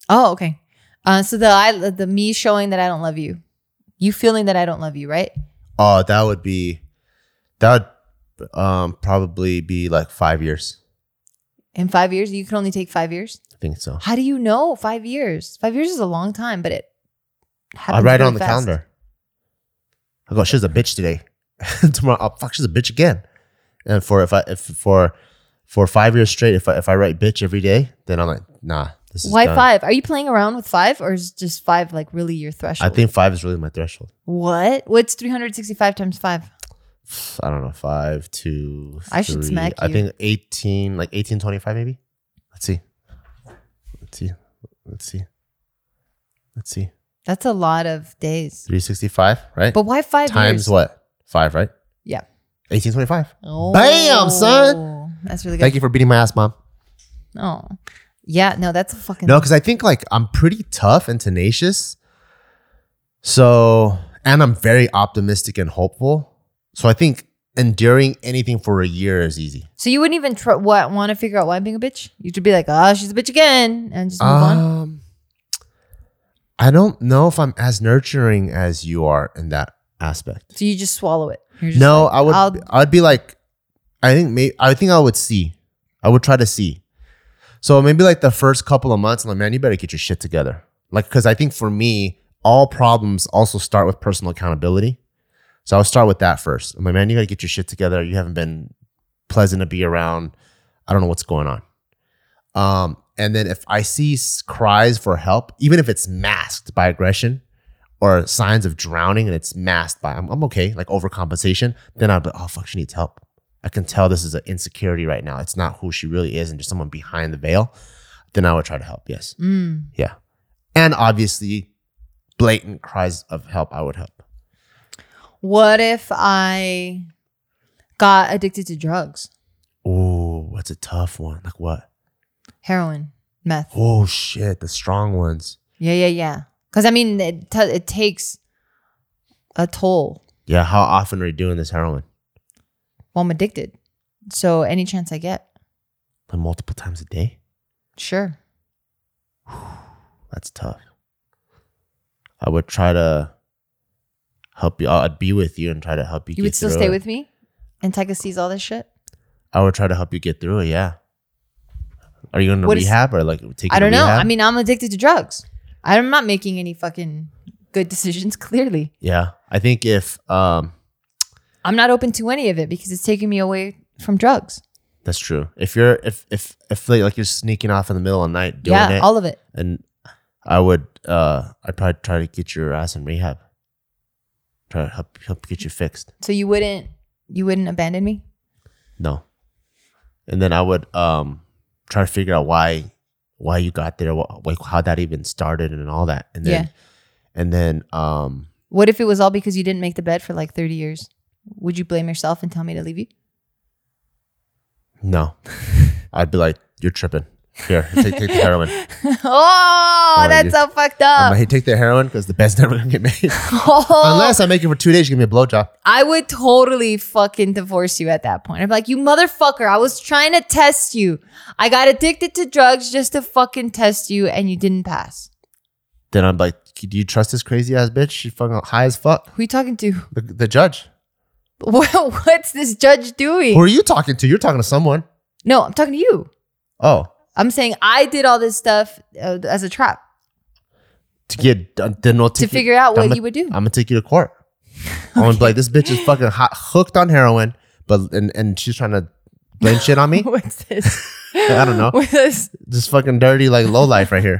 [SPEAKER 5] Oh, okay. Uh, so the I, the me showing that I don't love you, you feeling that I don't love you, right?
[SPEAKER 3] Oh, that would be. That would um, probably be like five years.
[SPEAKER 5] In five years, you can only take five years.
[SPEAKER 3] I think so.
[SPEAKER 5] How do you know five years? Five years is a long time, but it.
[SPEAKER 3] I
[SPEAKER 5] happens
[SPEAKER 3] write it
[SPEAKER 5] really
[SPEAKER 3] on the
[SPEAKER 5] fast.
[SPEAKER 3] calendar. I go, she's a bitch today. [laughs] Tomorrow, oh, fuck, she's a bitch again. And for if I if for for five years straight, if I if I write bitch every day, then I'm like, nah, this is
[SPEAKER 5] Why
[SPEAKER 3] done.
[SPEAKER 5] five? Are you playing around with five, or is just five like really your
[SPEAKER 3] I
[SPEAKER 5] threshold?
[SPEAKER 3] think five is really my threshold.
[SPEAKER 5] What? What's 365 times 5?
[SPEAKER 3] I don't know, five, two,
[SPEAKER 2] I should
[SPEAKER 3] three.
[SPEAKER 2] smack
[SPEAKER 3] I
[SPEAKER 2] you.
[SPEAKER 3] think 18, like 18, 25 maybe. Let's see. Let's see. Let's see. Let's see.
[SPEAKER 2] That's a lot of days.
[SPEAKER 3] 365, right?
[SPEAKER 2] But why five
[SPEAKER 3] Times
[SPEAKER 2] years?
[SPEAKER 3] what? Five, right?
[SPEAKER 2] Yeah.
[SPEAKER 3] 1825.
[SPEAKER 2] Oh,
[SPEAKER 3] Bam, son.
[SPEAKER 2] That's really good.
[SPEAKER 3] Thank you for beating my ass, mom.
[SPEAKER 2] Oh, yeah. No, that's a fucking.
[SPEAKER 3] No, because I think like I'm pretty tough and tenacious. So, and I'm very optimistic and hopeful. So I think enduring anything for a year is easy.
[SPEAKER 2] So you wouldn't even tr- what want to figure out why I'm being a bitch. You'd be like, ah, she's a bitch again, and just move on.
[SPEAKER 3] Um, I don't know if I'm as nurturing as you are in that aspect.
[SPEAKER 2] So you just swallow it. You're just
[SPEAKER 3] No,
[SPEAKER 2] like,
[SPEAKER 3] I would.
[SPEAKER 2] I'll-
[SPEAKER 3] I'd be like, I think maybe I think I would see. I would try to see. So maybe like the first couple of months, I'm like, man, you better get your shit together. Like, because I think for me, all problems also start with personal accountability. So I'll start with that first. I'm like, man, you gotta get your shit together. You haven't been pleasant to be around. I don't know what's going on. Um, and then if I see s- cries for help, even if it's masked by aggression or signs of drowning and it's masked by I'm, I'm okay, like overcompensation, then I'll be oh fuck, she needs help. I can tell this is an insecurity right now. It's not who she really is and just someone behind the veil. Then I would try to help. Yes.
[SPEAKER 2] Mm.
[SPEAKER 3] Yeah. And obviously blatant cries of help, I would help.
[SPEAKER 2] What if I got addicted to drugs,
[SPEAKER 3] Ooh, that's a tough one. Like what?
[SPEAKER 2] heroin, meth?
[SPEAKER 3] Oh shit, the strong ones.
[SPEAKER 2] Yeah, yeah, yeah. Because I mean, it t- it takes a toll.
[SPEAKER 3] Yeah, how often are you doing this heroin?
[SPEAKER 2] Well, I'm addicted, so any chance I get,
[SPEAKER 3] Like multiple times a day?
[SPEAKER 2] sure.
[SPEAKER 3] That's tough. I would try to help you. I'd be with you and try to help you.
[SPEAKER 2] You would still
[SPEAKER 3] through
[SPEAKER 2] stay
[SPEAKER 3] it.
[SPEAKER 2] with me, and Tyga sees all this shit.
[SPEAKER 3] I would try to help you get through it. Yeah. Are you going to
[SPEAKER 2] What is-
[SPEAKER 3] rehab or like take? you
[SPEAKER 2] I
[SPEAKER 3] to
[SPEAKER 2] don't know.
[SPEAKER 3] rehab?
[SPEAKER 2] I mean, I'm addicted to drugs. I'm not making any fucking good decisions. [laughs] Clearly,
[SPEAKER 3] yeah. I think if um,
[SPEAKER 2] I'm not open to any of it because it's taking me away from drugs.
[SPEAKER 3] that's true. If you're if if if like, like you're sneaking off in the middle of the night doing
[SPEAKER 2] yeah,
[SPEAKER 3] it,
[SPEAKER 2] all of it.
[SPEAKER 3] and I would uh, I'd probably try to get your ass in rehab. Try to help help get you fixed.
[SPEAKER 2] So you wouldn't you wouldn't abandon me?
[SPEAKER 3] No. And then I would um try to figure out why why you got there, wh- like how that even started and all that. And then
[SPEAKER 2] Yeah.
[SPEAKER 3] and then um
[SPEAKER 2] What if it was all because you didn't make the bed for like 30 years? Would you blame yourself and tell me to leave you? [laughs]
[SPEAKER 3] no. I'd be like, You're tripping. Here, take,
[SPEAKER 2] [laughs]
[SPEAKER 3] take the heroin.
[SPEAKER 2] Uh, oh,
[SPEAKER 3] Oh,
[SPEAKER 2] that's
[SPEAKER 3] you-
[SPEAKER 2] so fucked
[SPEAKER 3] I'm
[SPEAKER 2] up.
[SPEAKER 3] like, hey, take the heroin because the bed's [laughs] never gonna get made.
[SPEAKER 2] Oh,
[SPEAKER 3] Unless I make it for two days, you give me a blowjob.
[SPEAKER 2] I would totally fucking divorce you at that point. I'm like, you motherfucker, I was trying to test you. I got addicted to drugs just to fucking test you and you didn't pass.
[SPEAKER 3] Then I'm like, do you trust this crazy ass bitch? She's fucking high as fuck.
[SPEAKER 2] Who you talking to? [laughs]
[SPEAKER 3] The, the judge.
[SPEAKER 2] What, what's this judge
[SPEAKER 3] Who
[SPEAKER 2] doing?
[SPEAKER 3] are you talking to? You're talking to someone.
[SPEAKER 2] No, I'm talking to you.
[SPEAKER 3] Oh,
[SPEAKER 2] I'm saying I did all this stuff uh, as a trap
[SPEAKER 3] to get done. Then we'll
[SPEAKER 2] to
[SPEAKER 3] take you-
[SPEAKER 2] figure out
[SPEAKER 3] I'm
[SPEAKER 2] what
[SPEAKER 3] a-
[SPEAKER 2] you would do.
[SPEAKER 3] I'm gonna take you to
[SPEAKER 2] [laughs]
[SPEAKER 3] court. I'm gonna be like, this bitch is fucking hot, hooked on heroin, but and, and she's trying to blame shit on me.
[SPEAKER 2] [laughs] What's this?
[SPEAKER 3] I
[SPEAKER 2] [laughs]
[SPEAKER 3] don't know.
[SPEAKER 2] What's this?
[SPEAKER 3] This fucking dirty like low life right
[SPEAKER 2] [laughs]
[SPEAKER 3] here.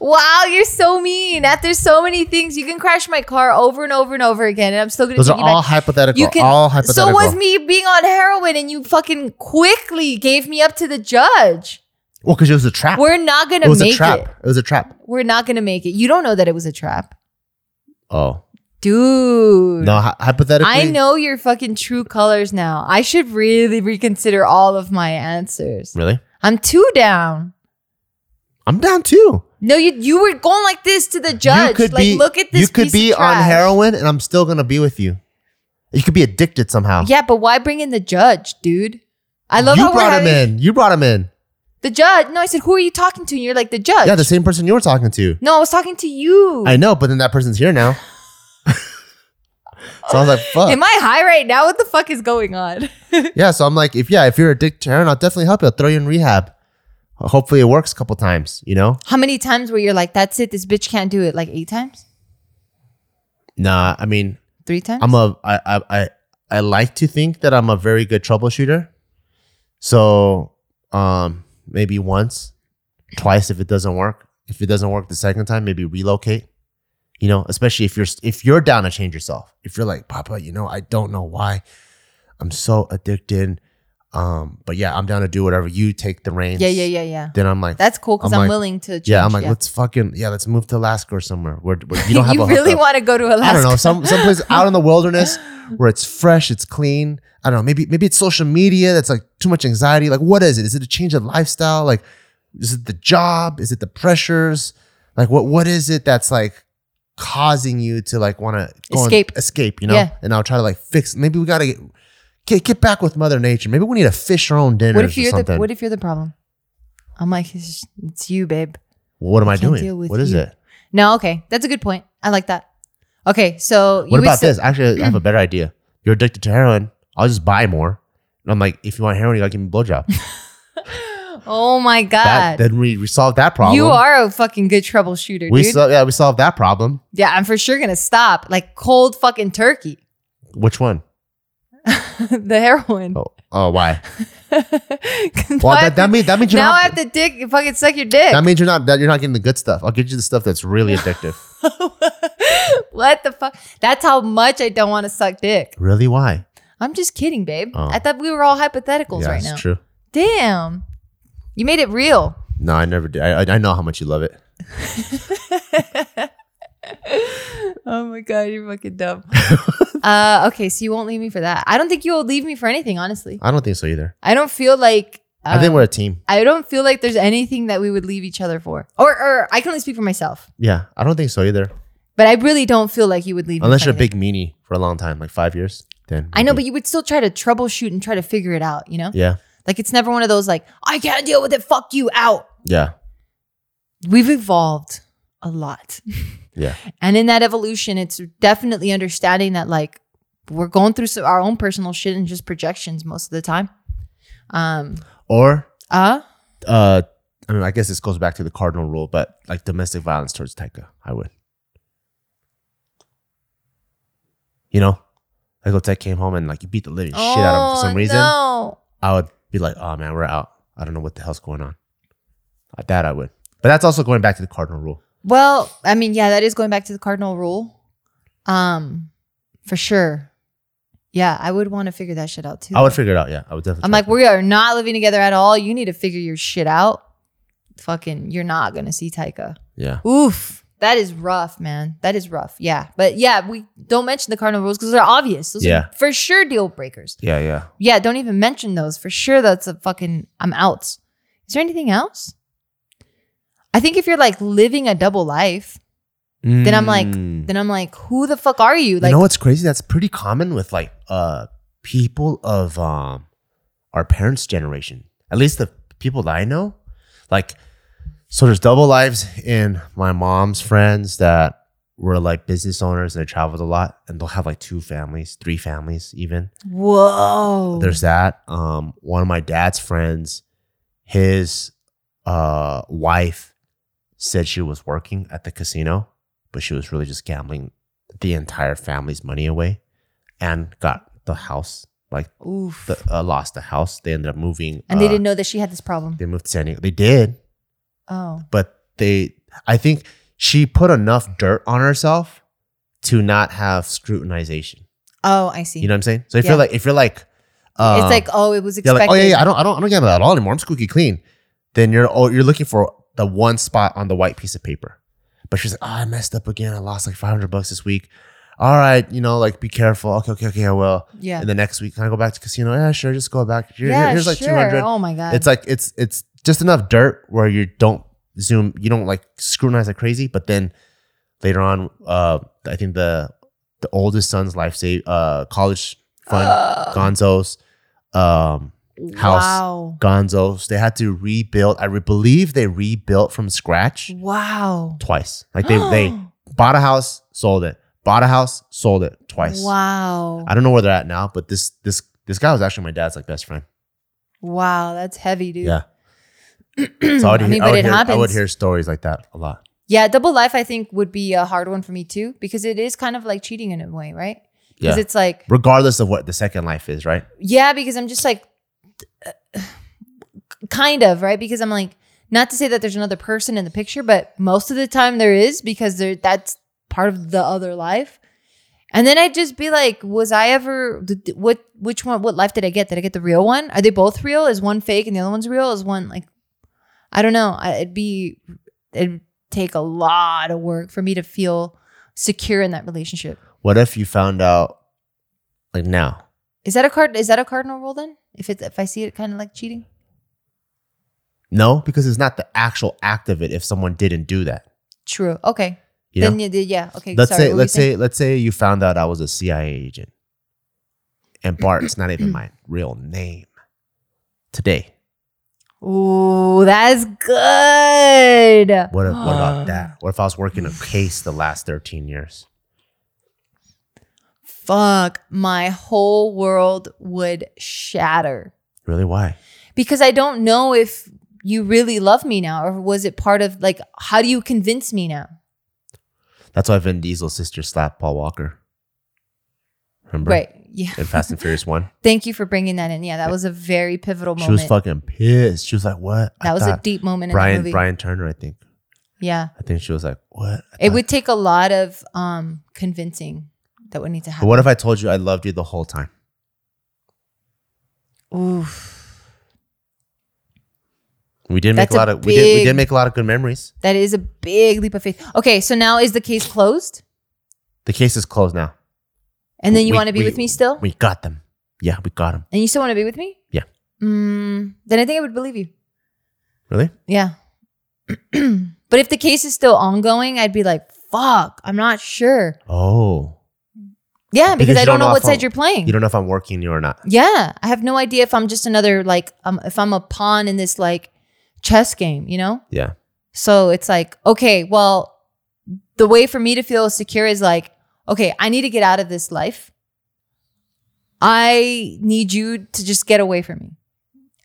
[SPEAKER 2] Wow, you're so mean. After so many things, you can crash my car over and over and over again, and I'm still gonna
[SPEAKER 3] Those
[SPEAKER 2] take
[SPEAKER 3] are
[SPEAKER 2] you back.
[SPEAKER 3] all hypothetical.
[SPEAKER 2] You can.
[SPEAKER 3] all hypothetical.
[SPEAKER 2] So was me being on heroin, and you fucking quickly gave me up to the judge.
[SPEAKER 3] Well, because it was a trap.
[SPEAKER 2] We're not gonna
[SPEAKER 3] it was a
[SPEAKER 2] make
[SPEAKER 3] trap.
[SPEAKER 2] it.
[SPEAKER 3] It was a trap.
[SPEAKER 2] We're not gonna make it. You don't know that it was a trap,
[SPEAKER 3] Oh
[SPEAKER 2] dude.
[SPEAKER 3] no, hy- hypothetically.
[SPEAKER 2] I know your fucking true colors now. I should really reconsider all of my answers.
[SPEAKER 3] Really,
[SPEAKER 2] I'm too down.
[SPEAKER 3] I'm down too.
[SPEAKER 2] No, you you were going like this to the judge. like, look at this.
[SPEAKER 3] You could
[SPEAKER 2] piece
[SPEAKER 3] be
[SPEAKER 2] of
[SPEAKER 3] on
[SPEAKER 2] trash.
[SPEAKER 3] heroin, and I'm still gonna be with you. You could be addicted somehow.
[SPEAKER 2] Yeah, but why bring in the judge, dude? I love
[SPEAKER 3] you
[SPEAKER 2] how we're
[SPEAKER 3] brought him
[SPEAKER 2] having
[SPEAKER 3] in. You brought him in.
[SPEAKER 2] the judge. No, I said, who are you talking to? And you're like the judge.
[SPEAKER 3] Yeah, the same person you were talking to.
[SPEAKER 2] no, I was talking to you.
[SPEAKER 3] I know, but then that person's here now. so I was like, fuck.
[SPEAKER 2] Am I high right now? What the fuck is going on? [laughs]
[SPEAKER 3] yeah, so I'm like, if yeah, if you're addicted to heroin, I'll definitely help you. I'll throw you in rehab. Hopefully it works a couple times, you know?
[SPEAKER 2] how many times were you like, that's it, this bitch can't do it? Like eight times,
[SPEAKER 3] Nah, I mean,
[SPEAKER 2] three times.
[SPEAKER 3] I'm a I I I, I like to think that I'm a very good troubleshooter. So um maybe once, twice if it doesn't work. If it doesn't work the second time, maybe relocate. You know, especially if you're if you're down to change yourself. If you're like, Papa, you know, I don't know why. I'm so addicted. Um, but yeah, I'm down to do whatever. You take the reins.
[SPEAKER 1] Yeah, yeah, yeah, yeah.
[SPEAKER 3] Then I'm like,
[SPEAKER 1] That's cool because
[SPEAKER 3] I'm
[SPEAKER 1] I'm,
[SPEAKER 3] like-
[SPEAKER 1] willing to. Change.
[SPEAKER 3] yeah, I'm like, let's fucking yeah, let's move to Alaska or somewhere where,
[SPEAKER 2] [laughs]
[SPEAKER 3] where
[SPEAKER 1] [laughs]
[SPEAKER 3] you don't have
[SPEAKER 1] you
[SPEAKER 3] a
[SPEAKER 1] really
[SPEAKER 3] hookup.
[SPEAKER 1] want to go to Alaska?
[SPEAKER 3] I don't
[SPEAKER 1] [laughs]
[SPEAKER 3] know, some someplace out in the wilderness where it's fresh, it's clean. I don't know, maybe maybe it's social media that's like too much anxiety. Like, what is it? Is it a change of lifestyle? Like, is it the job? Is it the pressures? Like, what what is it that's like causing you to like want to
[SPEAKER 1] Escape.
[SPEAKER 3] escape? You know,
[SPEAKER 1] Yeah.
[SPEAKER 3] and I'll try to like fix. Maybe we gotta get, get get back with Mother Nature. Maybe we need to fish our own dinners
[SPEAKER 1] What if
[SPEAKER 3] or
[SPEAKER 1] you're
[SPEAKER 3] something.
[SPEAKER 1] the What if you're the problem? I'm like, it's, just- it's you, babe.
[SPEAKER 3] what am I
[SPEAKER 1] can't
[SPEAKER 3] doing?
[SPEAKER 1] deal with
[SPEAKER 3] What is
[SPEAKER 1] you.
[SPEAKER 3] it?
[SPEAKER 1] No, okay, that's a good point. I like that. Okay, so you
[SPEAKER 3] What
[SPEAKER 1] would
[SPEAKER 3] about
[SPEAKER 1] say-
[SPEAKER 3] this? Actually,
[SPEAKER 1] [clears throat]
[SPEAKER 3] I have a better idea. You're addicted to heroin. I'll just buy more. And I'm like, if you want heroin, you gotta give me a
[SPEAKER 1] [laughs]
[SPEAKER 3] blowjob.
[SPEAKER 1] Oh my
[SPEAKER 3] that,
[SPEAKER 1] god,
[SPEAKER 3] then we, we solved that problem.
[SPEAKER 1] you are a fucking good troubleshooter,
[SPEAKER 3] We
[SPEAKER 1] dude.
[SPEAKER 3] sol- yeah, we solved that problem.
[SPEAKER 1] yeah, I'm for sure gonna stop like cold fucking turkey. [laughs]
[SPEAKER 3] Which one?
[SPEAKER 1] the heroin.
[SPEAKER 3] Oh, oh why?
[SPEAKER 1] [laughs] 'Cause now
[SPEAKER 3] Well,
[SPEAKER 1] I
[SPEAKER 3] that,
[SPEAKER 1] have to-
[SPEAKER 3] that means that means you're
[SPEAKER 1] now I
[SPEAKER 3] not.
[SPEAKER 1] have to dick fucking suck your dick.
[SPEAKER 3] that means you're not that you're not getting the good stuff. I'll get you the stuff that's really addictive.
[SPEAKER 1] what the fuck? That's how much I don't want to suck dick.
[SPEAKER 3] really?
[SPEAKER 1] [laughs]
[SPEAKER 3] Why?
[SPEAKER 1] I'm just kidding, babe.
[SPEAKER 3] Oh.
[SPEAKER 1] I thought we were all hypotheticals
[SPEAKER 3] yeah,
[SPEAKER 1] right
[SPEAKER 3] it's
[SPEAKER 1] now.
[SPEAKER 3] true.
[SPEAKER 1] Damn. You made it real.
[SPEAKER 3] No, I never did. I, I I know how much you love it.
[SPEAKER 1] Oh my god, you're
[SPEAKER 3] [laughs]
[SPEAKER 1] fucking dumb. uh, okay, so you won't leave me for that. I don't think you'll leave me for anything, honestly.
[SPEAKER 3] I don't think so either.
[SPEAKER 1] I don't feel like
[SPEAKER 3] I think
[SPEAKER 1] um,
[SPEAKER 3] we're a team.
[SPEAKER 1] I don't feel like there's anything that we would leave each other for. Or or I can only speak for myself.
[SPEAKER 3] Yeah, I don't think so either.
[SPEAKER 1] But I really don't feel like you would leave me
[SPEAKER 3] Unless
[SPEAKER 1] for
[SPEAKER 3] you're a
[SPEAKER 1] anything.
[SPEAKER 3] big meanie for a long time, like five years. Then
[SPEAKER 1] I know,
[SPEAKER 3] maybe.
[SPEAKER 1] but you would still try to troubleshoot and try to figure it out, you know?
[SPEAKER 3] yeah,
[SPEAKER 1] Like it's never one of those like, I can't deal with it, fuck you out.
[SPEAKER 3] yeah,
[SPEAKER 1] We've evolved a lot. [laughs]
[SPEAKER 3] yeah.
[SPEAKER 1] And in that evolution, it's definitely understanding that like we're going through some, our own personal shit and just projections most of the time. Um,
[SPEAKER 3] Or
[SPEAKER 1] uh,
[SPEAKER 3] uh, I mean, I guess this goes back to the cardinal rule, but like domestic violence towards Taika, I would. You know, like if Taika came home and like you beat the living shit out of him for some reason,
[SPEAKER 1] oh, No.
[SPEAKER 3] I would be like, oh man, we're out. I don't know what the hell's going on. Uh, That I would. But that's also going back to the cardinal rule.
[SPEAKER 1] Well, I mean, yeah, that is going back to the cardinal rule. Um, for sure. Yeah, I would want to figure that shit out too.
[SPEAKER 3] I would figure it out. Yeah, I would definitely.
[SPEAKER 1] I'm
[SPEAKER 3] try
[SPEAKER 1] like,
[SPEAKER 3] to-
[SPEAKER 1] we are not living together at all. You need to figure your shit out. Fucking, you're not gonna see Taika.
[SPEAKER 3] yeah,
[SPEAKER 1] Oof. That is rough, man. That is rough. Yeah. But yeah, we don't mention the cardinal rules because they're obvious. Those
[SPEAKER 3] Yeah.
[SPEAKER 1] are for sure deal breakers.
[SPEAKER 3] yeah, yeah.
[SPEAKER 1] Yeah, don't even mention those. For sure, that's a fucking, I'm out. Is there anything else? I think if you're like living a double life, then I'm like,
[SPEAKER 3] Mm.
[SPEAKER 1] then I'm like, who the fuck are you? Like,
[SPEAKER 3] you know what's crazy? That's pretty common with like uh people of um our parents' generation. At least the people that I know. Like so there's double lives in my mom's friends that were like business owners and they traveled a lot and they'll have like two families, three families even.
[SPEAKER 1] whoa.
[SPEAKER 3] There's that. Um, one of my dad's friends, his uh, wife said she was working at the casino, but she was really just gambling the entire family's money away and got the house, like
[SPEAKER 1] Oof.
[SPEAKER 3] the, uh, lost the house. They ended up moving.
[SPEAKER 1] and they
[SPEAKER 3] uh,
[SPEAKER 1] didn't know that she had this problem.
[SPEAKER 3] They moved to San Diego. They did,
[SPEAKER 1] Oh.
[SPEAKER 3] but they, I think she put enough dirt on herself to not have scrutinization.
[SPEAKER 1] Oh, I see.
[SPEAKER 3] You know what I'm saying? So if
[SPEAKER 1] Yeah.
[SPEAKER 3] you're like, if you're like, uh,
[SPEAKER 1] it's like, oh, it was
[SPEAKER 3] Yeah,
[SPEAKER 1] expected.
[SPEAKER 3] like, oh yeah, yeah, I don't, I don't, I don't gamble at all anymore. I'm squeaky clean. Then you're, oh, you're looking for the one spot on the white piece of paper. But she's like, oh, I messed up again. I lost like 500 bucks this week. All right, you know, like be careful. Okay, okay, okay, I will.
[SPEAKER 1] Yeah.
[SPEAKER 3] And the next week, can I go back to casino? Yeah, sure. Just go back. Here-
[SPEAKER 1] Yeah,
[SPEAKER 3] here- here's like
[SPEAKER 1] sure.
[SPEAKER 3] 200.
[SPEAKER 1] Oh my god.
[SPEAKER 3] It's like it's it's just enough dirt where you don't zoom, you don't like scrutinize like crazy. But then later on, uh, I think the the oldest son's life save uh college fund,
[SPEAKER 1] [gasps] Ugh.
[SPEAKER 3] Gonzo's, um, house.
[SPEAKER 1] Wow.
[SPEAKER 3] Gonzo's. They had to rebuild. I re- believe they rebuilt from scratch
[SPEAKER 1] Wow.
[SPEAKER 3] twice. Like [gasps] they
[SPEAKER 1] [gasps]
[SPEAKER 3] they bought a house, sold it. Bought a house, sold it twice.
[SPEAKER 1] Wow.
[SPEAKER 3] I don't know where they're at now, but this this this guy was actually my dad's like best friend.
[SPEAKER 1] Wow, that's heavy, dude. [clears throat]
[SPEAKER 3] Yeah. So I would,
[SPEAKER 1] I
[SPEAKER 3] hear- I
[SPEAKER 1] mean, but
[SPEAKER 3] would
[SPEAKER 1] it
[SPEAKER 3] hear, I would
[SPEAKER 1] happens.
[SPEAKER 3] hear stories like that a lot.
[SPEAKER 1] Yeah, double life I think would be a hard one for me too because it is kind of like cheating in a way, right? Because
[SPEAKER 3] Yeah.
[SPEAKER 1] it's like
[SPEAKER 3] Regardless of what the second life is, right?
[SPEAKER 1] yeah, because I'm just like [sighs] kind of, right? Because I'm like not to say that there's another person in the picture, but most of the time there is because there that's part of the other life. And then I'd just be like, was I ever did- what which one what life did I get? Did I get the real one? Are they both real? Is one fake and the other one's real? Is one like I don't know. I, it'd be it'd take a lot of work for me to feel secure in that relationship.
[SPEAKER 3] What if you found out like now?
[SPEAKER 1] Is that a card is that a cardinal rule then? If it's if I see it kind of like cheating?
[SPEAKER 3] No, because it's not the actual act of it if someone didn't do that.
[SPEAKER 1] True. Okay.
[SPEAKER 3] You know?
[SPEAKER 1] Then you did, yeah. Okay.
[SPEAKER 3] let's
[SPEAKER 1] sorry,
[SPEAKER 3] say
[SPEAKER 1] what were you
[SPEAKER 3] let's
[SPEAKER 1] saying?
[SPEAKER 3] say let's say you found out I was a CIA agent.
[SPEAKER 1] [clears throat]
[SPEAKER 3] And Bart's not even my real name. Today.
[SPEAKER 1] Ooh, that's good.
[SPEAKER 3] What, if, what about that? What if I was working a case the last 13 years?
[SPEAKER 1] Fuck, my whole world would shatter
[SPEAKER 3] Really? Why?
[SPEAKER 1] because I don't know if you really love me now or was it part of like how do you convince me now?
[SPEAKER 3] That's why Vin Diesel's sister slapped Paul Walker. Remember?
[SPEAKER 1] Right. Yeah.
[SPEAKER 3] In Fast and
[SPEAKER 1] [laughs]
[SPEAKER 3] Furious 1.
[SPEAKER 1] Thank you for bringing that in. Yeah, that was a very pivotal
[SPEAKER 3] She
[SPEAKER 1] moment.
[SPEAKER 3] was fucking pissed. She was like, what? I
[SPEAKER 1] that was a
[SPEAKER 3] thought-
[SPEAKER 1] deep moment in the
[SPEAKER 3] Brian
[SPEAKER 1] movie.
[SPEAKER 3] Brian Turner, I think.
[SPEAKER 1] Yeah.
[SPEAKER 3] I think she was like, what? I
[SPEAKER 1] It
[SPEAKER 3] thought-
[SPEAKER 1] would take a lot of um convincing that would need to
[SPEAKER 3] But
[SPEAKER 1] happen.
[SPEAKER 3] what if I told you I loved you the whole time?
[SPEAKER 1] Oof.
[SPEAKER 3] We did
[SPEAKER 1] That's
[SPEAKER 3] make a lot
[SPEAKER 1] a
[SPEAKER 3] of we did we
[SPEAKER 1] big-
[SPEAKER 3] did make a lot of good memories.
[SPEAKER 1] That is a big leap of faith. Okay, so now is the case closed?
[SPEAKER 3] The case is closed now.
[SPEAKER 1] And then you
[SPEAKER 3] We-
[SPEAKER 1] want to be
[SPEAKER 3] we-
[SPEAKER 1] with me still?
[SPEAKER 3] We got them. Yeah, we got them.
[SPEAKER 1] and you still want to be with me?
[SPEAKER 3] Yeah.
[SPEAKER 1] Mm, then I think I would believe you.
[SPEAKER 3] Really?
[SPEAKER 1] Yeah. [clears throat] but if the case is still ongoing, I'd be like, fuck, I'm not sure.
[SPEAKER 3] Oh,
[SPEAKER 1] Yeah, because,
[SPEAKER 3] Because
[SPEAKER 1] I
[SPEAKER 3] you
[SPEAKER 1] don't
[SPEAKER 3] don't
[SPEAKER 1] know
[SPEAKER 3] know
[SPEAKER 1] what
[SPEAKER 3] if I'll-
[SPEAKER 1] side you're playing.
[SPEAKER 3] you don't know if I'm working you or not.
[SPEAKER 1] yeah, I have no idea if I'm just another, like, um, if I'm a pawn in this, like, chess game, you know?
[SPEAKER 3] Yeah.
[SPEAKER 1] So it's like, okay, well, the way for me to feel secure is like, okay, I need to get out of this life. I need you to just get away from me.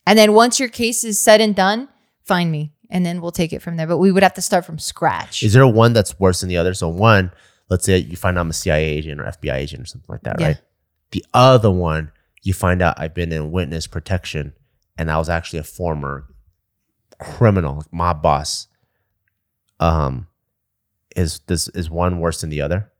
[SPEAKER 1] And then once your case is said and done, find me and then we'll take it from there. But we would have to start from scratch.
[SPEAKER 3] Is there one that's worse than the other? So one, let's say you find out I'm a CIA agent or FBI agent or something like that,
[SPEAKER 1] Yeah.
[SPEAKER 3] right? The other one, you find out I've been in witness protection and I was actually a former criminal, like mob boss. Um, is this is one worse than the other?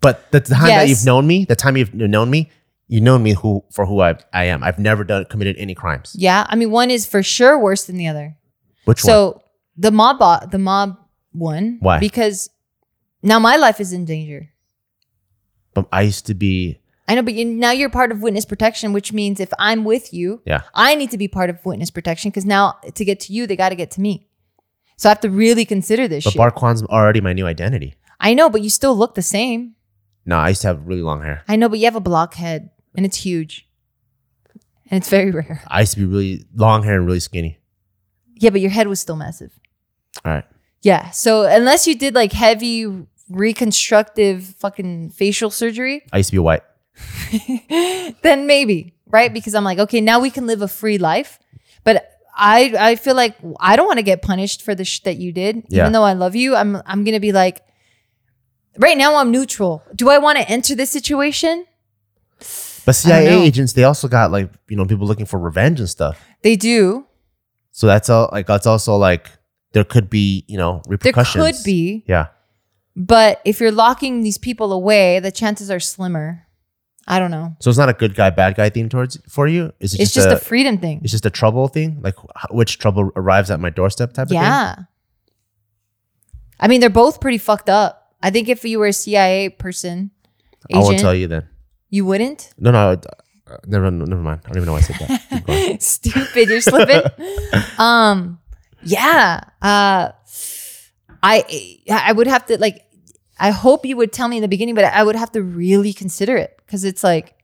[SPEAKER 3] But the time that
[SPEAKER 1] Yes.
[SPEAKER 3] you've known me, the time you've known me, you've known me who for who I, I am. I've never done committed any crimes.
[SPEAKER 1] yeah. I mean, one is for sure worse than the other.
[SPEAKER 3] Which one?
[SPEAKER 1] So the mob, bo- the mob one.
[SPEAKER 3] Why?
[SPEAKER 1] Because now my life is in danger.
[SPEAKER 3] But I used to be
[SPEAKER 1] I know, but you, now you're part of witness protection, which means if I'm with you,
[SPEAKER 3] Yeah.
[SPEAKER 1] I need to be part of witness protection because now to get to you, they got to get to me. So I have to really consider this
[SPEAKER 3] but
[SPEAKER 1] shit.
[SPEAKER 3] Barquan's already my new identity.
[SPEAKER 1] I know, but you still look the same.
[SPEAKER 3] No, I used to have really long hair.
[SPEAKER 1] I know, but you have a blockhead and it's huge and it's very [laughs] rare.
[SPEAKER 3] I used to be really long hair and really skinny.
[SPEAKER 1] Yeah, but your head was still massive.
[SPEAKER 3] All right.
[SPEAKER 1] Yeah. So unless you did like heavy reconstructive fucking facial surgery,
[SPEAKER 3] I used to be white.
[SPEAKER 1] [laughs] then maybe right because i'm like okay now we can live a free life but i i feel like i don't want to get punished for the sh- that you did
[SPEAKER 3] Yeah.
[SPEAKER 1] even though i love you i'm i'm gonna be like right now i'm neutral do i want to enter this situation
[SPEAKER 3] But
[SPEAKER 1] I don't
[SPEAKER 3] CIA
[SPEAKER 1] know.
[SPEAKER 3] agents, they also got like, you know, people looking for revenge and stuff.
[SPEAKER 1] they do
[SPEAKER 3] So that's all like that's also like there could be, you know,
[SPEAKER 1] there
[SPEAKER 3] repercussions.
[SPEAKER 1] could be
[SPEAKER 3] Yeah.
[SPEAKER 1] but if you're locking these people away the chances are slimmer i don't know
[SPEAKER 3] So it's not a good guy, bad guy thing towards for you. Is it
[SPEAKER 1] it's just, a, freedom thing
[SPEAKER 3] it's just a trouble thing? Like wh- which trouble arrives at my doorstep type of thing?
[SPEAKER 1] yeah i mean they're both pretty fucked up i think if you were a cia person
[SPEAKER 3] I won't
[SPEAKER 1] agent,
[SPEAKER 3] tell you then.
[SPEAKER 1] You
[SPEAKER 3] [laughs]
[SPEAKER 1] wouldn't?
[SPEAKER 3] No, no, I- uh, never never mind. I don't even know why I said that. Keep going.
[SPEAKER 1] Stupid,
[SPEAKER 3] [laughs]
[SPEAKER 1] you're slipping. um, yeah. Uh, I I would have to like. I hope you would tell me in the beginning, but I would have to really consider it because it's like,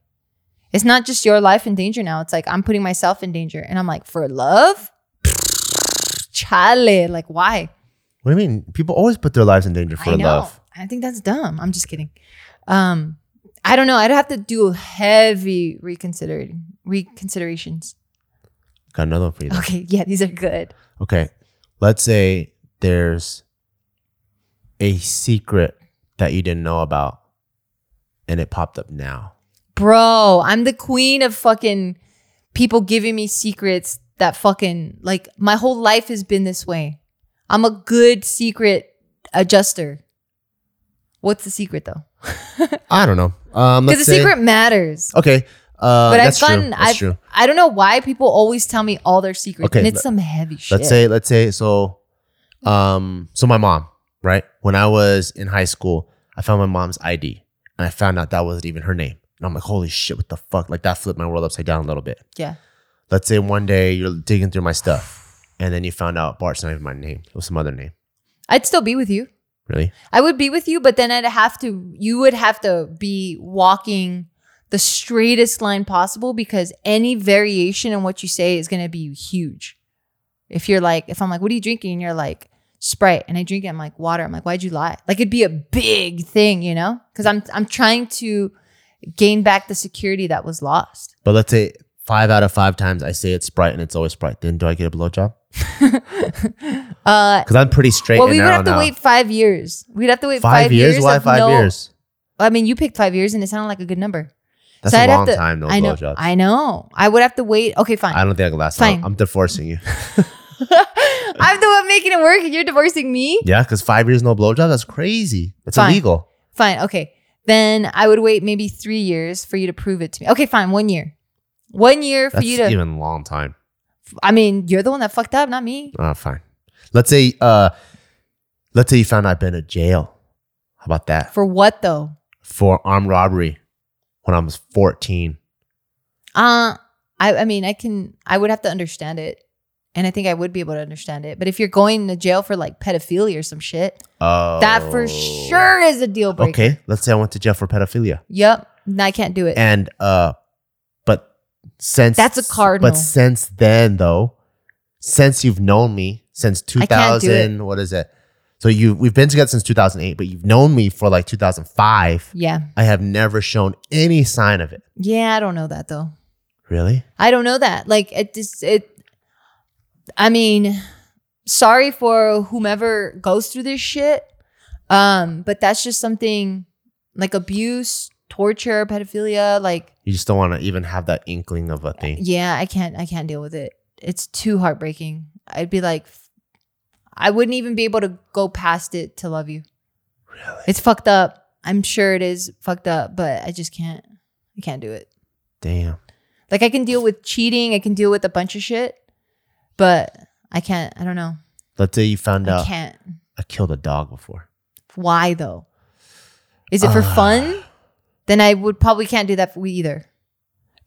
[SPEAKER 1] it's not just your life in danger now. It's like I'm putting myself in danger, and I'm like for love, chale. Like why?
[SPEAKER 3] What do you mean? People always put their lives in danger for
[SPEAKER 1] [laughs] I know.
[SPEAKER 3] love.
[SPEAKER 1] I think that's dumb. I'm just kidding. Um, I don't know. I'd have to do heavy reconsidering reconsiderations. [laughs]
[SPEAKER 3] Got another one for you. then.
[SPEAKER 1] Okay, yeah, these are good.
[SPEAKER 3] Okay. Let's say there's a secret that you didn't know about and it popped up now.
[SPEAKER 1] Bro, I'm the queen of fucking people giving me secrets that fucking like my whole life has been this way. I'm a good secret adjuster. What's the secret though?
[SPEAKER 3] I don't know. Um,
[SPEAKER 1] Because
[SPEAKER 3] let's
[SPEAKER 1] the
[SPEAKER 3] say-
[SPEAKER 1] secret matters.
[SPEAKER 3] Okay. Uh,
[SPEAKER 1] But I've
[SPEAKER 3] that's
[SPEAKER 1] gotten,
[SPEAKER 3] true. That's
[SPEAKER 1] I've,
[SPEAKER 3] true.
[SPEAKER 1] I don't know why people always tell me all their secrets,
[SPEAKER 3] Okay,
[SPEAKER 1] and it's
[SPEAKER 3] let-
[SPEAKER 1] some heavy Oh, shit.
[SPEAKER 3] Let's say, let's say, so, um, so my mom, right? When I was in high school, I found my mom's ID and I found out that wasn't even her name. And I'm like, holy shit, what the fuck? Like that flipped my world upside down a little bit.
[SPEAKER 1] yeah,
[SPEAKER 3] Let's say one day you're digging through my stuff and then you found out Bart's not even my name. It was some other name.
[SPEAKER 1] I'd still be with you.
[SPEAKER 3] Really?
[SPEAKER 1] I would be with you, but then I'd have to. You would have to be walking the straightest line possible because any variation in what you say is going to be huge. If you're like, if I'm like, what are you drinking? And you're like, Sprite, and I drink it. I'm like, water. I'm like, why'd you lie? Like it'd be a big thing, you know? Because I'm I'm trying to gain back the security that was lost. [laughs]
[SPEAKER 3] But let's say five out of five times I say it's Sprite and it's always Sprite. Then do I get a blowjob?
[SPEAKER 1] Uh,
[SPEAKER 3] Because I'm pretty straight
[SPEAKER 1] Well,
[SPEAKER 3] and
[SPEAKER 1] we would
[SPEAKER 3] narrow
[SPEAKER 1] have to
[SPEAKER 3] now.
[SPEAKER 1] wait five years. We'd have to wait
[SPEAKER 3] five,
[SPEAKER 1] five,
[SPEAKER 3] years? Why
[SPEAKER 1] of
[SPEAKER 3] five
[SPEAKER 1] no-
[SPEAKER 3] years?
[SPEAKER 1] I mean, you picked five years, and it sounded like a good number.
[SPEAKER 3] That's
[SPEAKER 1] So
[SPEAKER 3] a
[SPEAKER 1] I'd have
[SPEAKER 3] long
[SPEAKER 1] to-
[SPEAKER 3] time, no
[SPEAKER 1] I know.
[SPEAKER 3] blowjobs. I,
[SPEAKER 1] I know. I would have to wait. Okay, fine.
[SPEAKER 3] don't think I can last.
[SPEAKER 1] Fine.
[SPEAKER 3] I'm, I'm divorcing you.
[SPEAKER 1] [laughs]
[SPEAKER 3] [laughs]
[SPEAKER 1] I'm the one making it work, and you're divorcing me.
[SPEAKER 3] yeah, because five years no blowjob, that's crazy. That's
[SPEAKER 1] Fine.
[SPEAKER 3] illegal.
[SPEAKER 1] Fine. Okay. Then I would wait maybe three years for you to prove it to me. Okay, fine. One year. One year for
[SPEAKER 3] That's
[SPEAKER 1] you to.
[SPEAKER 3] even long time.
[SPEAKER 1] I mean, you're the one that fucked up, not me.
[SPEAKER 3] Ah, fine. Let's say, uh, let's say you found I've been in jail. How about that
[SPEAKER 1] For what though?
[SPEAKER 3] for armed robbery when I was 14?
[SPEAKER 1] Uh, I, I mean, I can, I would have to understand it. And I think I would be able to understand it. But if you're going to jail for like pedophilia or some shit,
[SPEAKER 3] Oh,
[SPEAKER 1] that for sure is a deal breaker.
[SPEAKER 3] Okay, let's say I went to jail for pedophilia,
[SPEAKER 1] Yep. No, I can't do it.
[SPEAKER 3] and uh, but since
[SPEAKER 1] That's a cardinal.
[SPEAKER 3] But since then, though, since you've known me since
[SPEAKER 1] I can't do it.
[SPEAKER 3] 2000, what is it? So you we've been together since 2008, but you've known me for like 2005.
[SPEAKER 1] yeah.
[SPEAKER 3] I have never shown any sign of it.
[SPEAKER 1] Yeah. I don't know that though.
[SPEAKER 3] Really?
[SPEAKER 1] I don't know that. Like it just, it, I mean, sorry for whomever goes through this shit. Um, but that's just something like abuse, torture, pedophilia, like
[SPEAKER 3] You just don't want to even have that inkling of a thing.
[SPEAKER 1] Yeah, I can't. I can't deal with it. It's too heartbreaking. I'd be like, I wouldn't even be able to go past it to love you. Really? It's fucked up. I'm sure it is fucked up, but I just can't. I can't do it.
[SPEAKER 3] Damn.
[SPEAKER 1] Like I can deal with cheating. I can deal with a bunch of shit, but I can't. I don't know.
[SPEAKER 3] Let's say you found
[SPEAKER 1] I
[SPEAKER 3] out
[SPEAKER 1] can't.
[SPEAKER 3] I killed a dog before.
[SPEAKER 1] Why though? Is it for
[SPEAKER 3] Ah.
[SPEAKER 1] fun? Then I would probably can't do that for we either.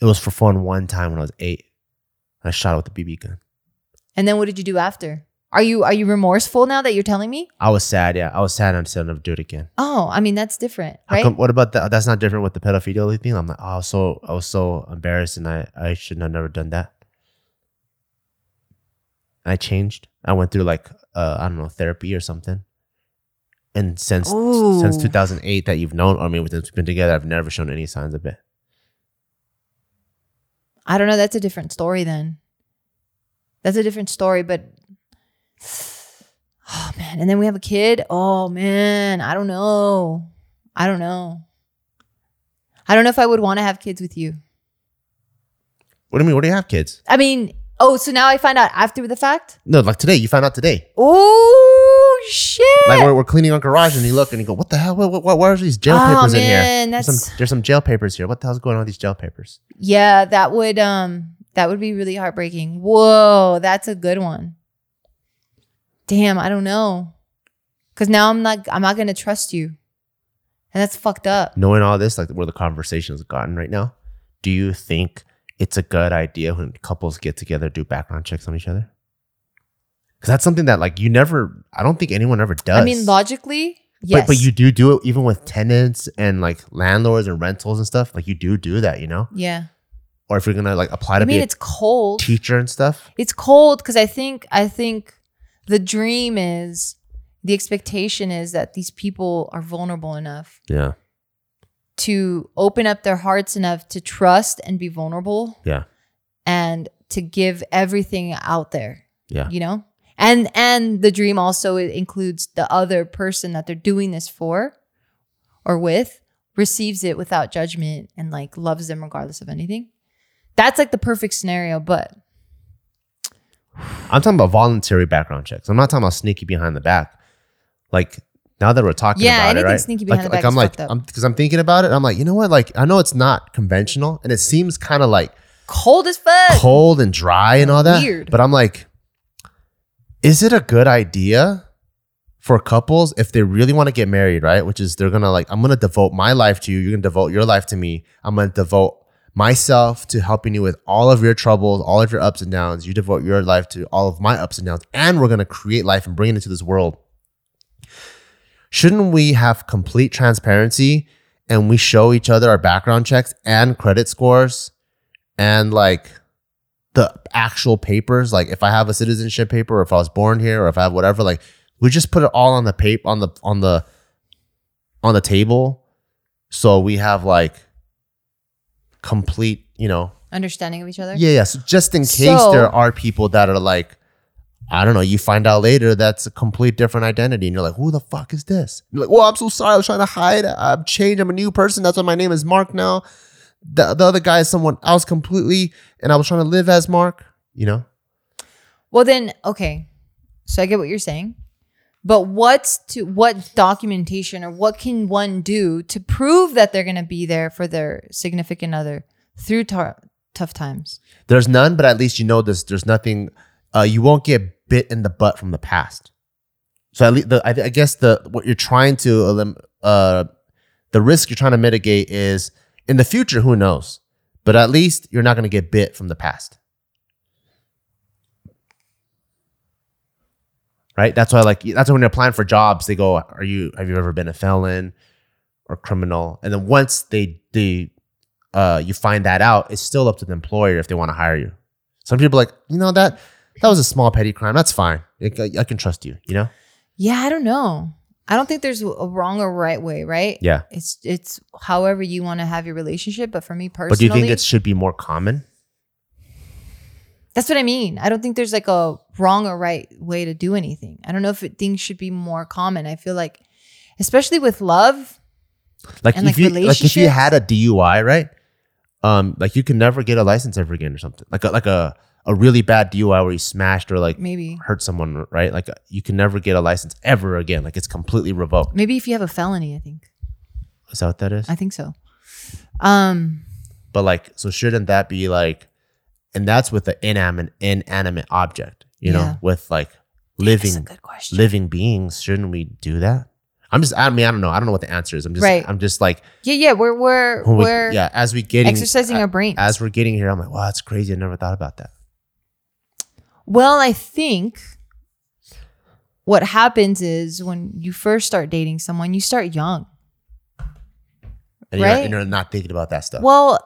[SPEAKER 3] It was for fun one time when I was eight. I shot it with a BB gun.
[SPEAKER 1] And then what did you do after? Are you are you remorseful now that you're telling me?
[SPEAKER 3] I was sad. Yeah, I was sad. and I said I'll never do it again.
[SPEAKER 1] Oh, I mean that's different,
[SPEAKER 3] How
[SPEAKER 1] right?
[SPEAKER 3] come, what about that? That's not different with the pedophilia thing. I'm like, oh, I was so I was so embarrassed, and I I should have never done that. I changed. I went through like uh, I don't know therapy or something. And since
[SPEAKER 6] Ooh.
[SPEAKER 3] since 2008 that you've known, I mean, since we've been together, I've never shown any signs of it.
[SPEAKER 1] I don't know. That's a different story then. That's a different story, but [sighs] oh man. And then we have a kid. Oh man. I don't know. I don't know. I don't know if I would want to have kids with you.
[SPEAKER 3] What do you mean? What do you have kids?
[SPEAKER 1] I mean, oh, so now I find out after the fact?
[SPEAKER 3] No, like today. You found out today.
[SPEAKER 1] Oh shit.
[SPEAKER 3] Like we're, we're cleaning our garage, and you look, and you go, "What the hell? What? What? what where are these jail
[SPEAKER 1] Oh,
[SPEAKER 3] papers in here?
[SPEAKER 1] man,
[SPEAKER 3] There's
[SPEAKER 1] that's-
[SPEAKER 3] some, there's some jail papers here. What the hell's going on with these jail papers?
[SPEAKER 1] yeah, that would um that would be really heartbreaking. Whoa, that's a good one. Damn, I don't know. Cause now I'm not I'm not gonna trust you. And that's fucked up.
[SPEAKER 3] knowing all this, like where the conversation has gotten right now, do you think it's a good idea when couples get together do background checks on each other? Because that's something that like you never, I don't think anyone ever does.
[SPEAKER 1] I mean, logically, yes.
[SPEAKER 3] but, but you do do it even with tenants and like landlords and rentals and stuff. Like you do do that, you know.
[SPEAKER 1] yeah.
[SPEAKER 3] Or if you're gonna like apply
[SPEAKER 1] I
[SPEAKER 3] to
[SPEAKER 1] mean,
[SPEAKER 3] be
[SPEAKER 1] it's cold.
[SPEAKER 3] a teacher and stuff,
[SPEAKER 1] It's cold because I think I think the dream is the expectation is that these people are vulnerable enough
[SPEAKER 3] yeah,
[SPEAKER 1] to open up their hearts enough to trust and be vulnerable.
[SPEAKER 3] Yeah.
[SPEAKER 1] And to give everything out there.
[SPEAKER 3] Yeah.
[SPEAKER 1] You know? And and the dream also includes the other person that they're doing this for or with receives it without judgment and like loves them regardless of anything. That's like the perfect scenario, but
[SPEAKER 3] I'm talking about voluntary background checks. I'm not talking about sneaky behind the back. Like Now that we're talking
[SPEAKER 1] Yeah,
[SPEAKER 3] about it,
[SPEAKER 1] anything
[SPEAKER 3] right?
[SPEAKER 1] sneaky behind
[SPEAKER 3] like,
[SPEAKER 1] the back
[SPEAKER 3] like I'm
[SPEAKER 1] is
[SPEAKER 3] like,
[SPEAKER 1] fucked up.
[SPEAKER 3] I'm because I'm thinking about it. I'm like, you know what? Like, I know it's not conventional, and it seems kind of like
[SPEAKER 1] Cold as fuck.
[SPEAKER 3] cold and dry and all that.
[SPEAKER 1] Weird.
[SPEAKER 3] But I'm like, is it a good idea for couples if they really want to get married, right? Which is they're gonna like, I'm gonna devote my life to you. You're gonna devote your life to me. I'm gonna devote myself to helping you with all of your troubles, all of your ups and downs. You devote your life to all of my ups and downs, and we're gonna create life and bring it into this world. Shouldn't we have complete transparency and we show each other our background checks and credit scores and like the actual papers like if i have a citizenship paper or if i was born here or if i have whatever like we just put it all on the paper on the on the on the table so we have like complete you know
[SPEAKER 1] Understanding of each other.
[SPEAKER 3] yeah yeah so just in case
[SPEAKER 1] So-
[SPEAKER 3] there are people that are like i don't know you find out later that's a complete different identity and you're like who the fuck is this you're like well i'm so sorry i was trying to hide i've changed i'm a new person that's why my name is mark now the, the other guy is someone else completely and i was trying to live as mark you know
[SPEAKER 1] Well, then, okay. So I get what you're saying, but what's to what documentation or what can one do to prove that they're going to be there for their significant other through tar- tough times?
[SPEAKER 3] There's none, but at least you know this. There's nothing. Uh, you won't get bit in the butt from the past. So at least the, I, I guess the what you're trying to elim- uh, the risk you're trying to mitigate is in the future. Who knows? But at least you're not going to get bit from the past. Right. That's why, like, that's why when you're applying for jobs, they go, "Are you? Have you ever been a felon or criminal?" And then once they they uh, you find that out, it's still up to the employer if they want to hire you. Some people are like, you know, that that was a small petty crime. That's fine. I, I- I can trust you. You know.
[SPEAKER 1] Yeah, I don't know. I don't think there's a wrong or right way, right?
[SPEAKER 3] Yeah.
[SPEAKER 1] It's it's however you want to have your relationship, but for me personally,
[SPEAKER 3] But do you think it should be more common?
[SPEAKER 1] That's what I mean. I don't think there's like a wrong or right way to do anything. I don't know if it, things should be more common. I feel like, especially with love,
[SPEAKER 3] Like
[SPEAKER 1] And,
[SPEAKER 3] if
[SPEAKER 1] like,
[SPEAKER 3] you like if you
[SPEAKER 1] relationships?
[SPEAKER 3] had a DUI, right? Um, like you can never get a license ever again or something. Like a, like a a really bad DUI where you smashed or like
[SPEAKER 1] maybe.
[SPEAKER 3] hurt someone, right? Like you can never get a license ever again. Like it's completely revoked.
[SPEAKER 1] Maybe if you have a felony, I think.
[SPEAKER 3] Is that what that is?
[SPEAKER 1] I think so. Um,
[SPEAKER 3] But like, so shouldn't that be like, and that's with the inanimate inanimate object, you
[SPEAKER 1] Yeah.
[SPEAKER 3] know, with like
[SPEAKER 1] that's a
[SPEAKER 3] living
[SPEAKER 1] good question.
[SPEAKER 3] living beings. Shouldn't we do that? I'm just. I mean, I don't know. I don't know what the answer is. I'm just.
[SPEAKER 1] Right.
[SPEAKER 3] I'm just like
[SPEAKER 1] yeah, yeah, we're we're
[SPEAKER 3] when we-
[SPEAKER 1] we're
[SPEAKER 3] yeah. As we getting uh,
[SPEAKER 1] exercising our brains.
[SPEAKER 3] as we're getting here, I'm like, wow, that's crazy. I never thought about that.
[SPEAKER 1] Well, I think what happens is when you first start dating someone, you start young.
[SPEAKER 3] And, you're,
[SPEAKER 1] Right.
[SPEAKER 3] and you're not thinking about that stuff.
[SPEAKER 1] Well,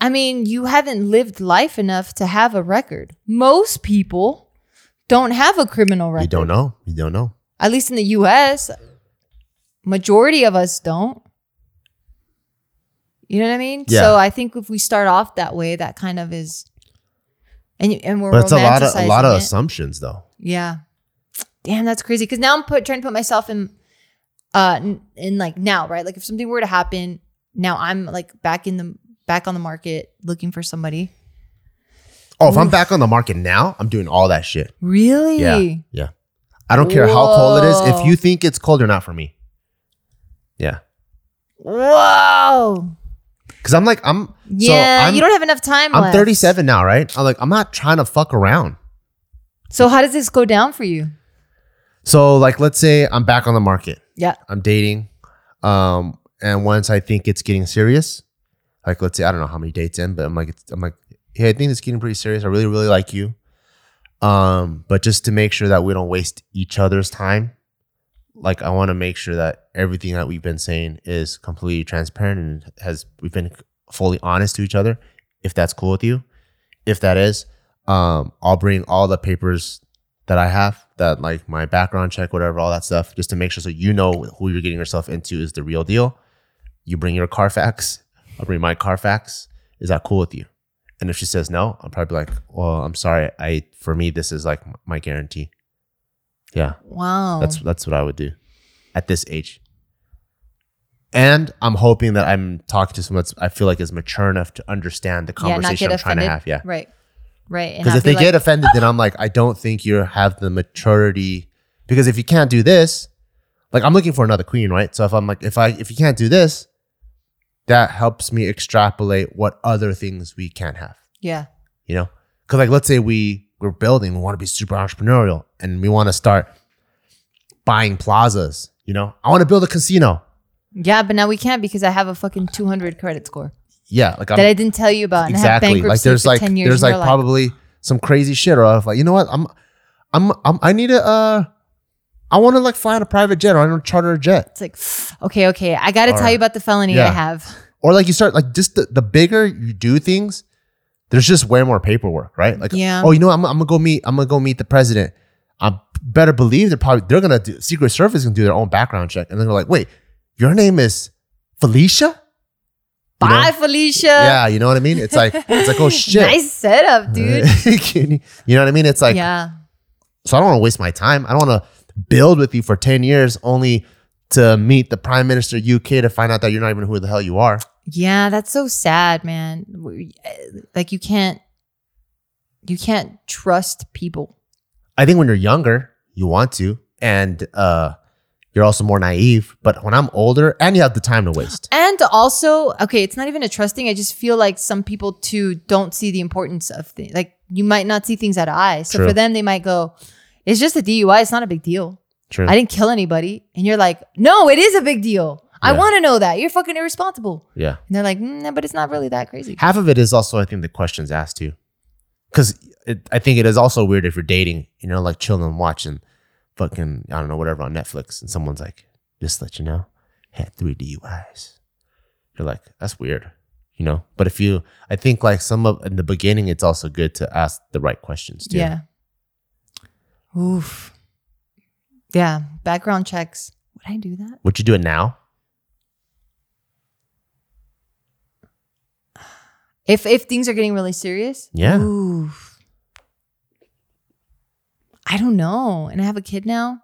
[SPEAKER 1] I mean, you haven't lived life enough to have a record. Most people don't have a criminal record.
[SPEAKER 3] you don't know. You don't know.
[SPEAKER 1] At least in the US, majority of us don't. You know what I mean?
[SPEAKER 3] Yeah.
[SPEAKER 1] So I think if we start off that way, that kind of is and and we're
[SPEAKER 3] But it's a lot of a lot
[SPEAKER 1] romanticizing
[SPEAKER 3] of
[SPEAKER 1] it.
[SPEAKER 3] assumptions, though.
[SPEAKER 1] Yeah. Damn, that's crazy. Cause now I'm put, trying to put myself in, uh, in, in like now, right? Like if something were to happen, now I'm like back in the back on the market looking for somebody.
[SPEAKER 3] Oh, if I'm back on the market now, I'm doing all that shit.
[SPEAKER 1] Really?
[SPEAKER 3] Yeah, yeah. I don't care how cold it is.
[SPEAKER 1] Whoa.
[SPEAKER 3] If you think it's cold or not for me, yeah.
[SPEAKER 1] Whoa.
[SPEAKER 3] Because I'm like, I'm
[SPEAKER 1] Yeah.
[SPEAKER 3] So I'm,
[SPEAKER 1] you don't have enough time.
[SPEAKER 3] I'm
[SPEAKER 1] left.
[SPEAKER 3] 37 now, right? I'm like, I'm not trying to fuck around.
[SPEAKER 1] So how does this go down for you?
[SPEAKER 3] So like, let's say I'm back on the market.
[SPEAKER 1] Yeah.
[SPEAKER 3] I'm dating. Um, and once I think it's getting serious, like let's say I don't know how many dates in, but I'm like, it's, I'm like, hey, I think it's getting pretty serious. I really, really like you. Um, but just to make sure that we don't waste each other's time, like I want to make sure that everything that we've been saying is completely transparent and has we've been fully honest to each other. If that's cool with you, if that is, um, I'll bring all the papers that I have, that like my background check, whatever, all that stuff, just to make sure so you know who you're getting yourself into is the real deal. You bring your Carfax, I'll bring my Carfax. Is that cool with you? And if she says no, I'm probably like, well, I'm sorry. I for me, this is like my guarantee. Yeah,
[SPEAKER 1] Wow.
[SPEAKER 3] that's that's what I would do at this age. And I'm hoping that I'm talking to someone that's I feel like is mature enough to understand the
[SPEAKER 1] yeah, not
[SPEAKER 3] conversation
[SPEAKER 1] get
[SPEAKER 3] I'm trying
[SPEAKER 1] offended.
[SPEAKER 3] to have. Yeah,
[SPEAKER 1] Right. Right. And
[SPEAKER 3] because
[SPEAKER 1] not
[SPEAKER 3] if
[SPEAKER 1] be
[SPEAKER 3] they
[SPEAKER 1] like,
[SPEAKER 3] get offended, then I'm like, I don't think you have the maturity. Because if you can't do this, like I'm looking for another queen, right? So if I'm like, if I if you can't do this, that helps me extrapolate what other things we can have,
[SPEAKER 1] Yeah.
[SPEAKER 3] you know? Because like let's say we we're building, we want to be super entrepreneurial, and we want to start buying plazas. You know, I want to build a casino.
[SPEAKER 1] Yeah, but now we can't because I have a fucking 200 credit score
[SPEAKER 3] Yeah, like I'm,
[SPEAKER 1] that I didn't tell you about. And I have
[SPEAKER 3] exactly
[SPEAKER 1] bankruptcy
[SPEAKER 3] like there's
[SPEAKER 1] for
[SPEAKER 3] like
[SPEAKER 1] 10 years
[SPEAKER 3] there's
[SPEAKER 1] and
[SPEAKER 3] like
[SPEAKER 1] you're
[SPEAKER 3] probably some crazy shit or if like you know what i'm i'm, I'm i need to uh i want to like fly on a private jet or i want to charter a jet
[SPEAKER 1] It's like, okay, okay, I got to tell you about the felony I
[SPEAKER 3] Yeah.
[SPEAKER 1] have.
[SPEAKER 3] or like you start like just the, the bigger you do things there's just way more paperwork right like
[SPEAKER 1] Yeah.
[SPEAKER 3] oh you know what? I'm, I'm gonna go meet i'm gonna go meet the president i better believe they're probably they're gonna do secret service can do their own background check and they're gonna like wait your name is felicia You know?
[SPEAKER 1] Bye, Felicia.
[SPEAKER 3] yeah you know what i mean it's like it's
[SPEAKER 1] [laughs]
[SPEAKER 3] like oh shit
[SPEAKER 1] Nice
[SPEAKER 3] [laughs]
[SPEAKER 1] setup, dude.
[SPEAKER 3] Can you- you know what i mean it's like
[SPEAKER 1] yeah.
[SPEAKER 3] So I don't want to waste my time. I don't want to build with you for 10 years only to meet the prime minister UK to find out that you're not even who the hell you are.
[SPEAKER 1] Yeah, that's so sad, man. We- Like you can't you can't trust people.
[SPEAKER 3] I think when you're younger, you want to and uh you're also more naive, but when I'm older and you have the time to waste.
[SPEAKER 1] And also, okay, it's not even a trusting. I just feel like some people too don't see the importance of things. Like you might not see things out of eye. So
[SPEAKER 3] True.
[SPEAKER 1] for them, they might go, "It's just a DUI. It's not a big deal.
[SPEAKER 3] True.
[SPEAKER 1] I didn't kill anybody." And you're like, "No, it is a big deal. I
[SPEAKER 3] Yeah.
[SPEAKER 1] want to know that. You're fucking irresponsible."
[SPEAKER 3] Yeah.
[SPEAKER 1] And they're like, mm, no, "But it's not really that crazy."
[SPEAKER 3] Half of it is also I think the questions asked too. Cuz I think it is also weird if you're dating, you know, like chilling and watching fucking I don't know whatever on Netflix and someone's like just to let you know, had 3 DUIs. you're like that's weird you know but if you i think like some of in the beginning it's also good to ask the right questions too
[SPEAKER 1] Yeah. Oof. Yeah. Background checks. Would I do that?
[SPEAKER 3] would you do it now
[SPEAKER 1] If if things are getting really serious?
[SPEAKER 3] Yeah.
[SPEAKER 1] Oof. I don't know. And I have a kid now.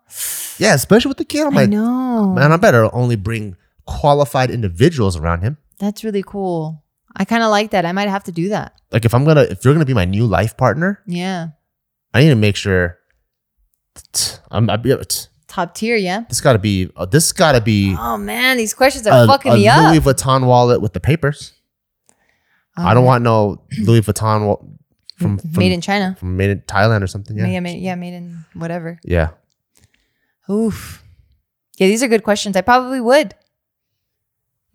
[SPEAKER 3] yeah especially with the kid i'm
[SPEAKER 1] I
[SPEAKER 3] like
[SPEAKER 1] know.
[SPEAKER 3] Oh man i better only bring qualified individuals around him
[SPEAKER 1] That's really cool. I kind of like that. I might have to do that.
[SPEAKER 3] like if i'm gonna if you're gonna be my new life partner
[SPEAKER 1] Yeah.
[SPEAKER 3] i need to make sure t- i'm I, this
[SPEAKER 1] Top tier, yeah.
[SPEAKER 3] gotta be uh, this gotta be
[SPEAKER 1] Oh man, these questions are
[SPEAKER 3] a,
[SPEAKER 1] fucking
[SPEAKER 3] a
[SPEAKER 1] me
[SPEAKER 3] louis
[SPEAKER 1] up.
[SPEAKER 3] vuitton wallet with the papers i don't
[SPEAKER 1] Um,
[SPEAKER 3] want no louis vuitton wa- from, from
[SPEAKER 1] made in China.
[SPEAKER 3] from made in thailand or something yeah
[SPEAKER 1] Yeah, made, yeah, made in whatever.
[SPEAKER 3] yeah
[SPEAKER 1] Oof. Yeah, these are good questions. I probably would.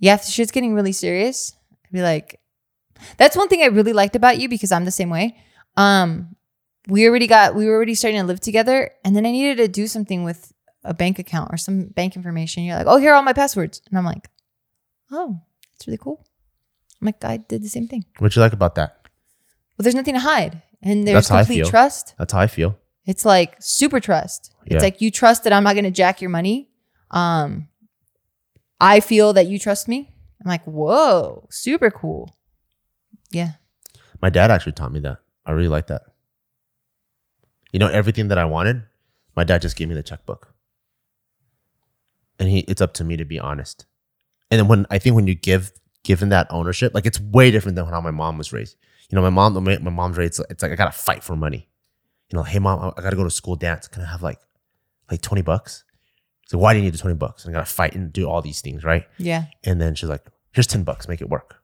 [SPEAKER 1] Yeah, if shit's getting really serious, I'd be like, that's one thing I really liked about you because I'm the same way. Um, we already got we were already starting to live together, and then I needed to do something with a bank account or some bank information. You're like, oh, here are all my passwords, and I'm like, oh, that's really cool. I'm like, I did the same thing.
[SPEAKER 3] what you like about that
[SPEAKER 1] Well, there's nothing to hide, and there's
[SPEAKER 3] That's how I
[SPEAKER 1] complete
[SPEAKER 3] feel.
[SPEAKER 1] trust.
[SPEAKER 3] That's how I feel.
[SPEAKER 1] It's like super trust.
[SPEAKER 3] Yeah.
[SPEAKER 1] It's like you trust that I'm not going to jack your money. Um, I feel that you trust me. I'm like, whoa, super cool. Yeah.
[SPEAKER 3] My dad actually taught me that. I really like that. You know, everything that I wanted, my dad just gave me the checkbook. And he it's up to me to be honest. And then when I think when you give given that ownership, like it's way different than how my mom was raised. You know, my mom, my, my mom's raised, it's like I gotta fight for money. You know, hey mom, I- I gotta go to school dance. Can I have like like 20 bucks? So why do you need the 20 bucks? And I gotta fight and do all these things, right?
[SPEAKER 1] Yeah.
[SPEAKER 3] And then she's like, here's 10 bucks, make it work.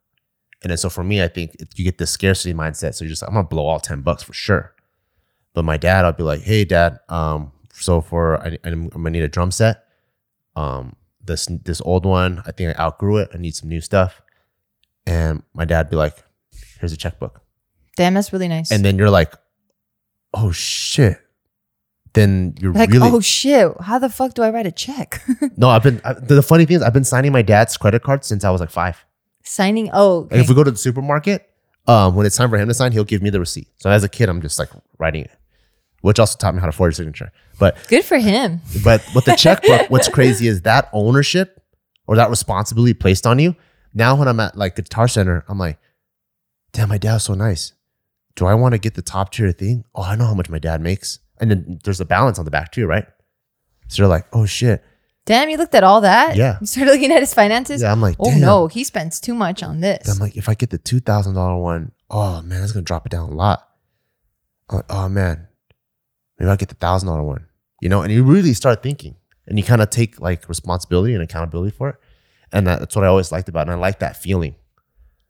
[SPEAKER 3] And then so for me, I think it- you get this scarcity mindset. So you're just like, I'm gonna blow all 10 bucks for sure. But my dad, I'll be like, hey dad, um, so for I, I'm, I'm gonna need a drum set. Um, this this old one, I think I outgrew it. I need some new stuff. And my dad'd be like, here's a checkbook.
[SPEAKER 1] Damn, that's really nice.
[SPEAKER 3] And then you're like, oh shit. Then you're
[SPEAKER 1] like,
[SPEAKER 3] really
[SPEAKER 1] oh shit, how the fuck do I write a check? [laughs]
[SPEAKER 3] no. I've been I, the funny thing is I've been signing my dad's credit card since I was like five.
[SPEAKER 1] Signing. Oh,
[SPEAKER 3] Like
[SPEAKER 1] okay.
[SPEAKER 3] if we go to the supermarket, um, when it's time for him to sign, he'll give me the receipt. So as a kid, I'm just like writing it, which also taught me how to forge a signature. But
[SPEAKER 1] good for him.
[SPEAKER 3] but with the checkbook, what's crazy is that ownership or that responsibility placed on you. Now when I'm at like Guitar Center, I'm like, damn, my dad's so nice. Do I want to get the top tier thing? Oh, I know how much my dad makes. And then there's a balance on the back too, right? So you're like, oh shit.
[SPEAKER 1] Damn, you looked at all that.
[SPEAKER 3] Yeah.
[SPEAKER 1] You [laughs] started looking at his finances.
[SPEAKER 3] Yeah, I'm like,
[SPEAKER 1] oh
[SPEAKER 3] damn.
[SPEAKER 1] no, he spends too much on
[SPEAKER 3] Then
[SPEAKER 1] this.
[SPEAKER 3] I'm like, if I get the two thousand dollar one, oh man, that's gonna drop it down a lot. I'm like, oh man, maybe I'll get the thousand dollar one. You know, and you really start thinking. and you kind of take like responsibility and accountability for it. And that- that's what I always liked about it. And I like that feeling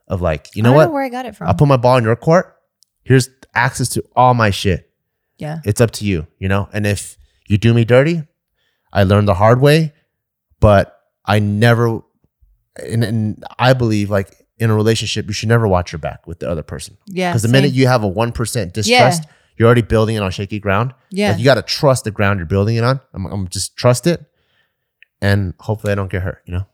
[SPEAKER 3] of like, you know
[SPEAKER 1] I
[SPEAKER 3] what?
[SPEAKER 1] don't know where I got it from.
[SPEAKER 3] I'll put my ball in your court. Here's access to all my shit.
[SPEAKER 1] Yeah.
[SPEAKER 3] It's up to you, you know? And if you do me dirty, I learned the hard way, but I never, and, and I believe like in a relationship, you should never watch your back with the other person.
[SPEAKER 1] yeah.
[SPEAKER 3] Because the minute you have a 1% distrust, you're already building it on shaky ground.
[SPEAKER 1] yeah.
[SPEAKER 3] Like you got to trust the ground you're building it on. I'm, I'm just trust it. And hopefully I don't get hurt, you know?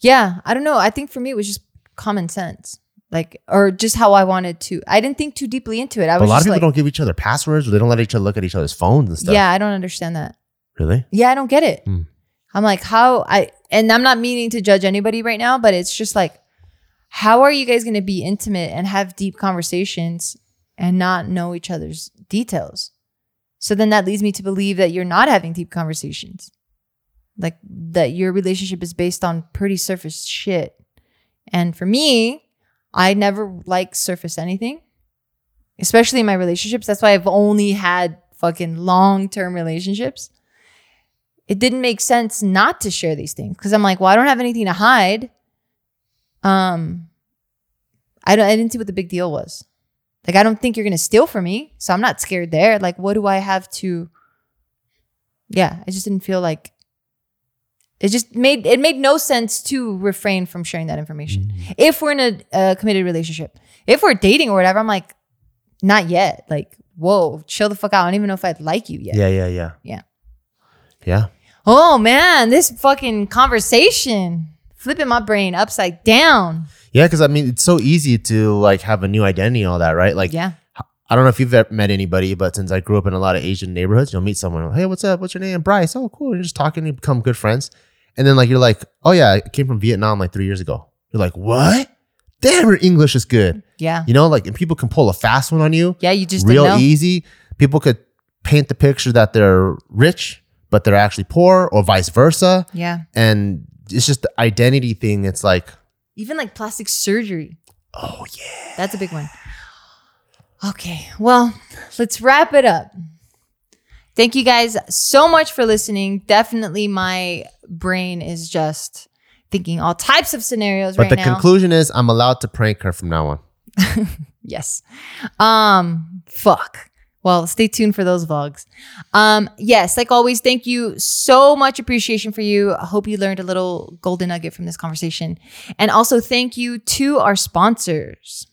[SPEAKER 1] Yeah, I don't know. I think for me it was just common sense, like or just how I wanted to. I didn't think too deeply into it. I
[SPEAKER 3] But a
[SPEAKER 1] was
[SPEAKER 3] lot of
[SPEAKER 1] just
[SPEAKER 3] people
[SPEAKER 1] like,
[SPEAKER 3] don't give each other passwords or they don't let each other look at each other's phones and stuff.
[SPEAKER 1] yeah, I don't understand that.
[SPEAKER 3] Really?
[SPEAKER 1] Yeah, I don't get it.
[SPEAKER 3] Hmm.
[SPEAKER 1] I'm like, how I and I'm not meaning to judge anybody right now, but it's just like, how are you guys going to be intimate and have deep conversations and not know each other's details? So then that leads me to believe that you're not having deep conversations. Like that your relationship is based on pretty surface shit. And for me, I never like surface anything, especially in my relationships. That's why I've only had fucking long term relationships. It didn't make sense not to share these things because I'm like, well, I don't have anything to hide. Um, I don't. I didn't see what the big deal was. Like, I don't think you're gonna steal from me, so I'm not scared there. Like, what do I have to? Yeah, I just didn't feel like. It just made it made no sense to refrain from sharing that information if we're in a, a committed relationship, if we're dating or whatever, I'm like, not yet. Like, whoa, chill the fuck out. I don't even know if I'd like you yet.
[SPEAKER 3] Yeah, yeah, yeah.
[SPEAKER 1] Yeah.
[SPEAKER 3] Yeah.
[SPEAKER 1] Oh man, this fucking conversation flipping my brain upside down.
[SPEAKER 3] Yeah, because I mean, it's so easy to like have a new identity and all that, right? Like,
[SPEAKER 1] yeah,
[SPEAKER 3] I don't know if you've ever met anybody, but since I grew up in a lot of Asian neighborhoods, you'll meet someone. Hey, what's up? What's your name? Bryce. Oh, cool. You're just talking. You become good friends, and then like you're like, oh yeah, I came from Vietnam like three years ago. You're like, what? Damn, your English is good.
[SPEAKER 1] yeah,
[SPEAKER 3] You know, like, and people can pull a fast one on you,
[SPEAKER 1] yeah. You just
[SPEAKER 3] real e-
[SPEAKER 1] didn't know.
[SPEAKER 3] easy. People could paint the picture that they're rich, but they're actually poor, or vice versa.
[SPEAKER 1] yeah,
[SPEAKER 3] And it's just the identity thing. It's like,
[SPEAKER 1] even like plastic surgery.
[SPEAKER 3] oh yeah.
[SPEAKER 1] That's a big one. Okay, well, let's wrap it up. Thank you guys so much for listening. Definitely, my brain is just thinking all types of scenarios
[SPEAKER 3] But
[SPEAKER 1] right
[SPEAKER 3] the
[SPEAKER 1] now.
[SPEAKER 3] conclusion is I'm allowed to prank her from now on.
[SPEAKER 1] Yes. Um, fuck. Well, stay tuned for those vlogs. Um, yes, like always, thank you so much. Appreciation for you. I hope you learned a little golden nugget from this conversation. And also, thank you to our sponsors.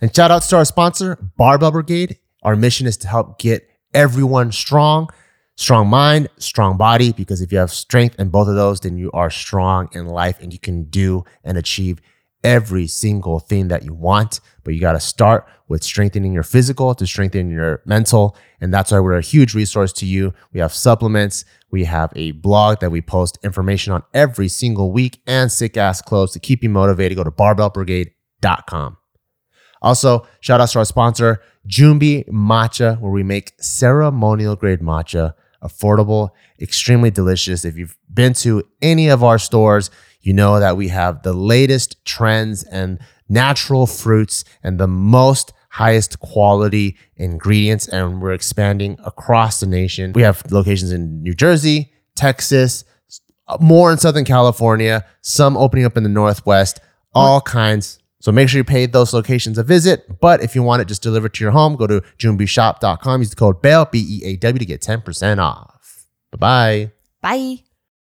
[SPEAKER 3] And shout outs to our sponsor, Barbell Brigade. Our mission is to help get everyone strong, strong mind, strong body, because if you have strength in both of those, then you are strong in life and you can do and achieve every single thing that you want. But you got to start with strengthening your physical to strengthen your mental. And that's why we're a huge resource to you. We have supplements. We have a blog that we post information on every single week and sick ass clothes to keep you motivated. Go to barbellbrigade.com. Also, shout out to our sponsor, Jumbi Matcha, where we make ceremonial grade matcha affordable, extremely delicious. If you've been to any of our stores, you know that we have the latest trends and natural fruits and the most highest quality ingredients. And we're expanding across the nation. We have locations in New Jersey, Texas, more in Southern California, some opening up in the Northwest, all kinds. So make sure you pay those locations a visit. But if you want it just delivered to your home, go to junbishop.com. Use the code BAIL, B E A W, to get 10% off. Bye bye.
[SPEAKER 1] Bye.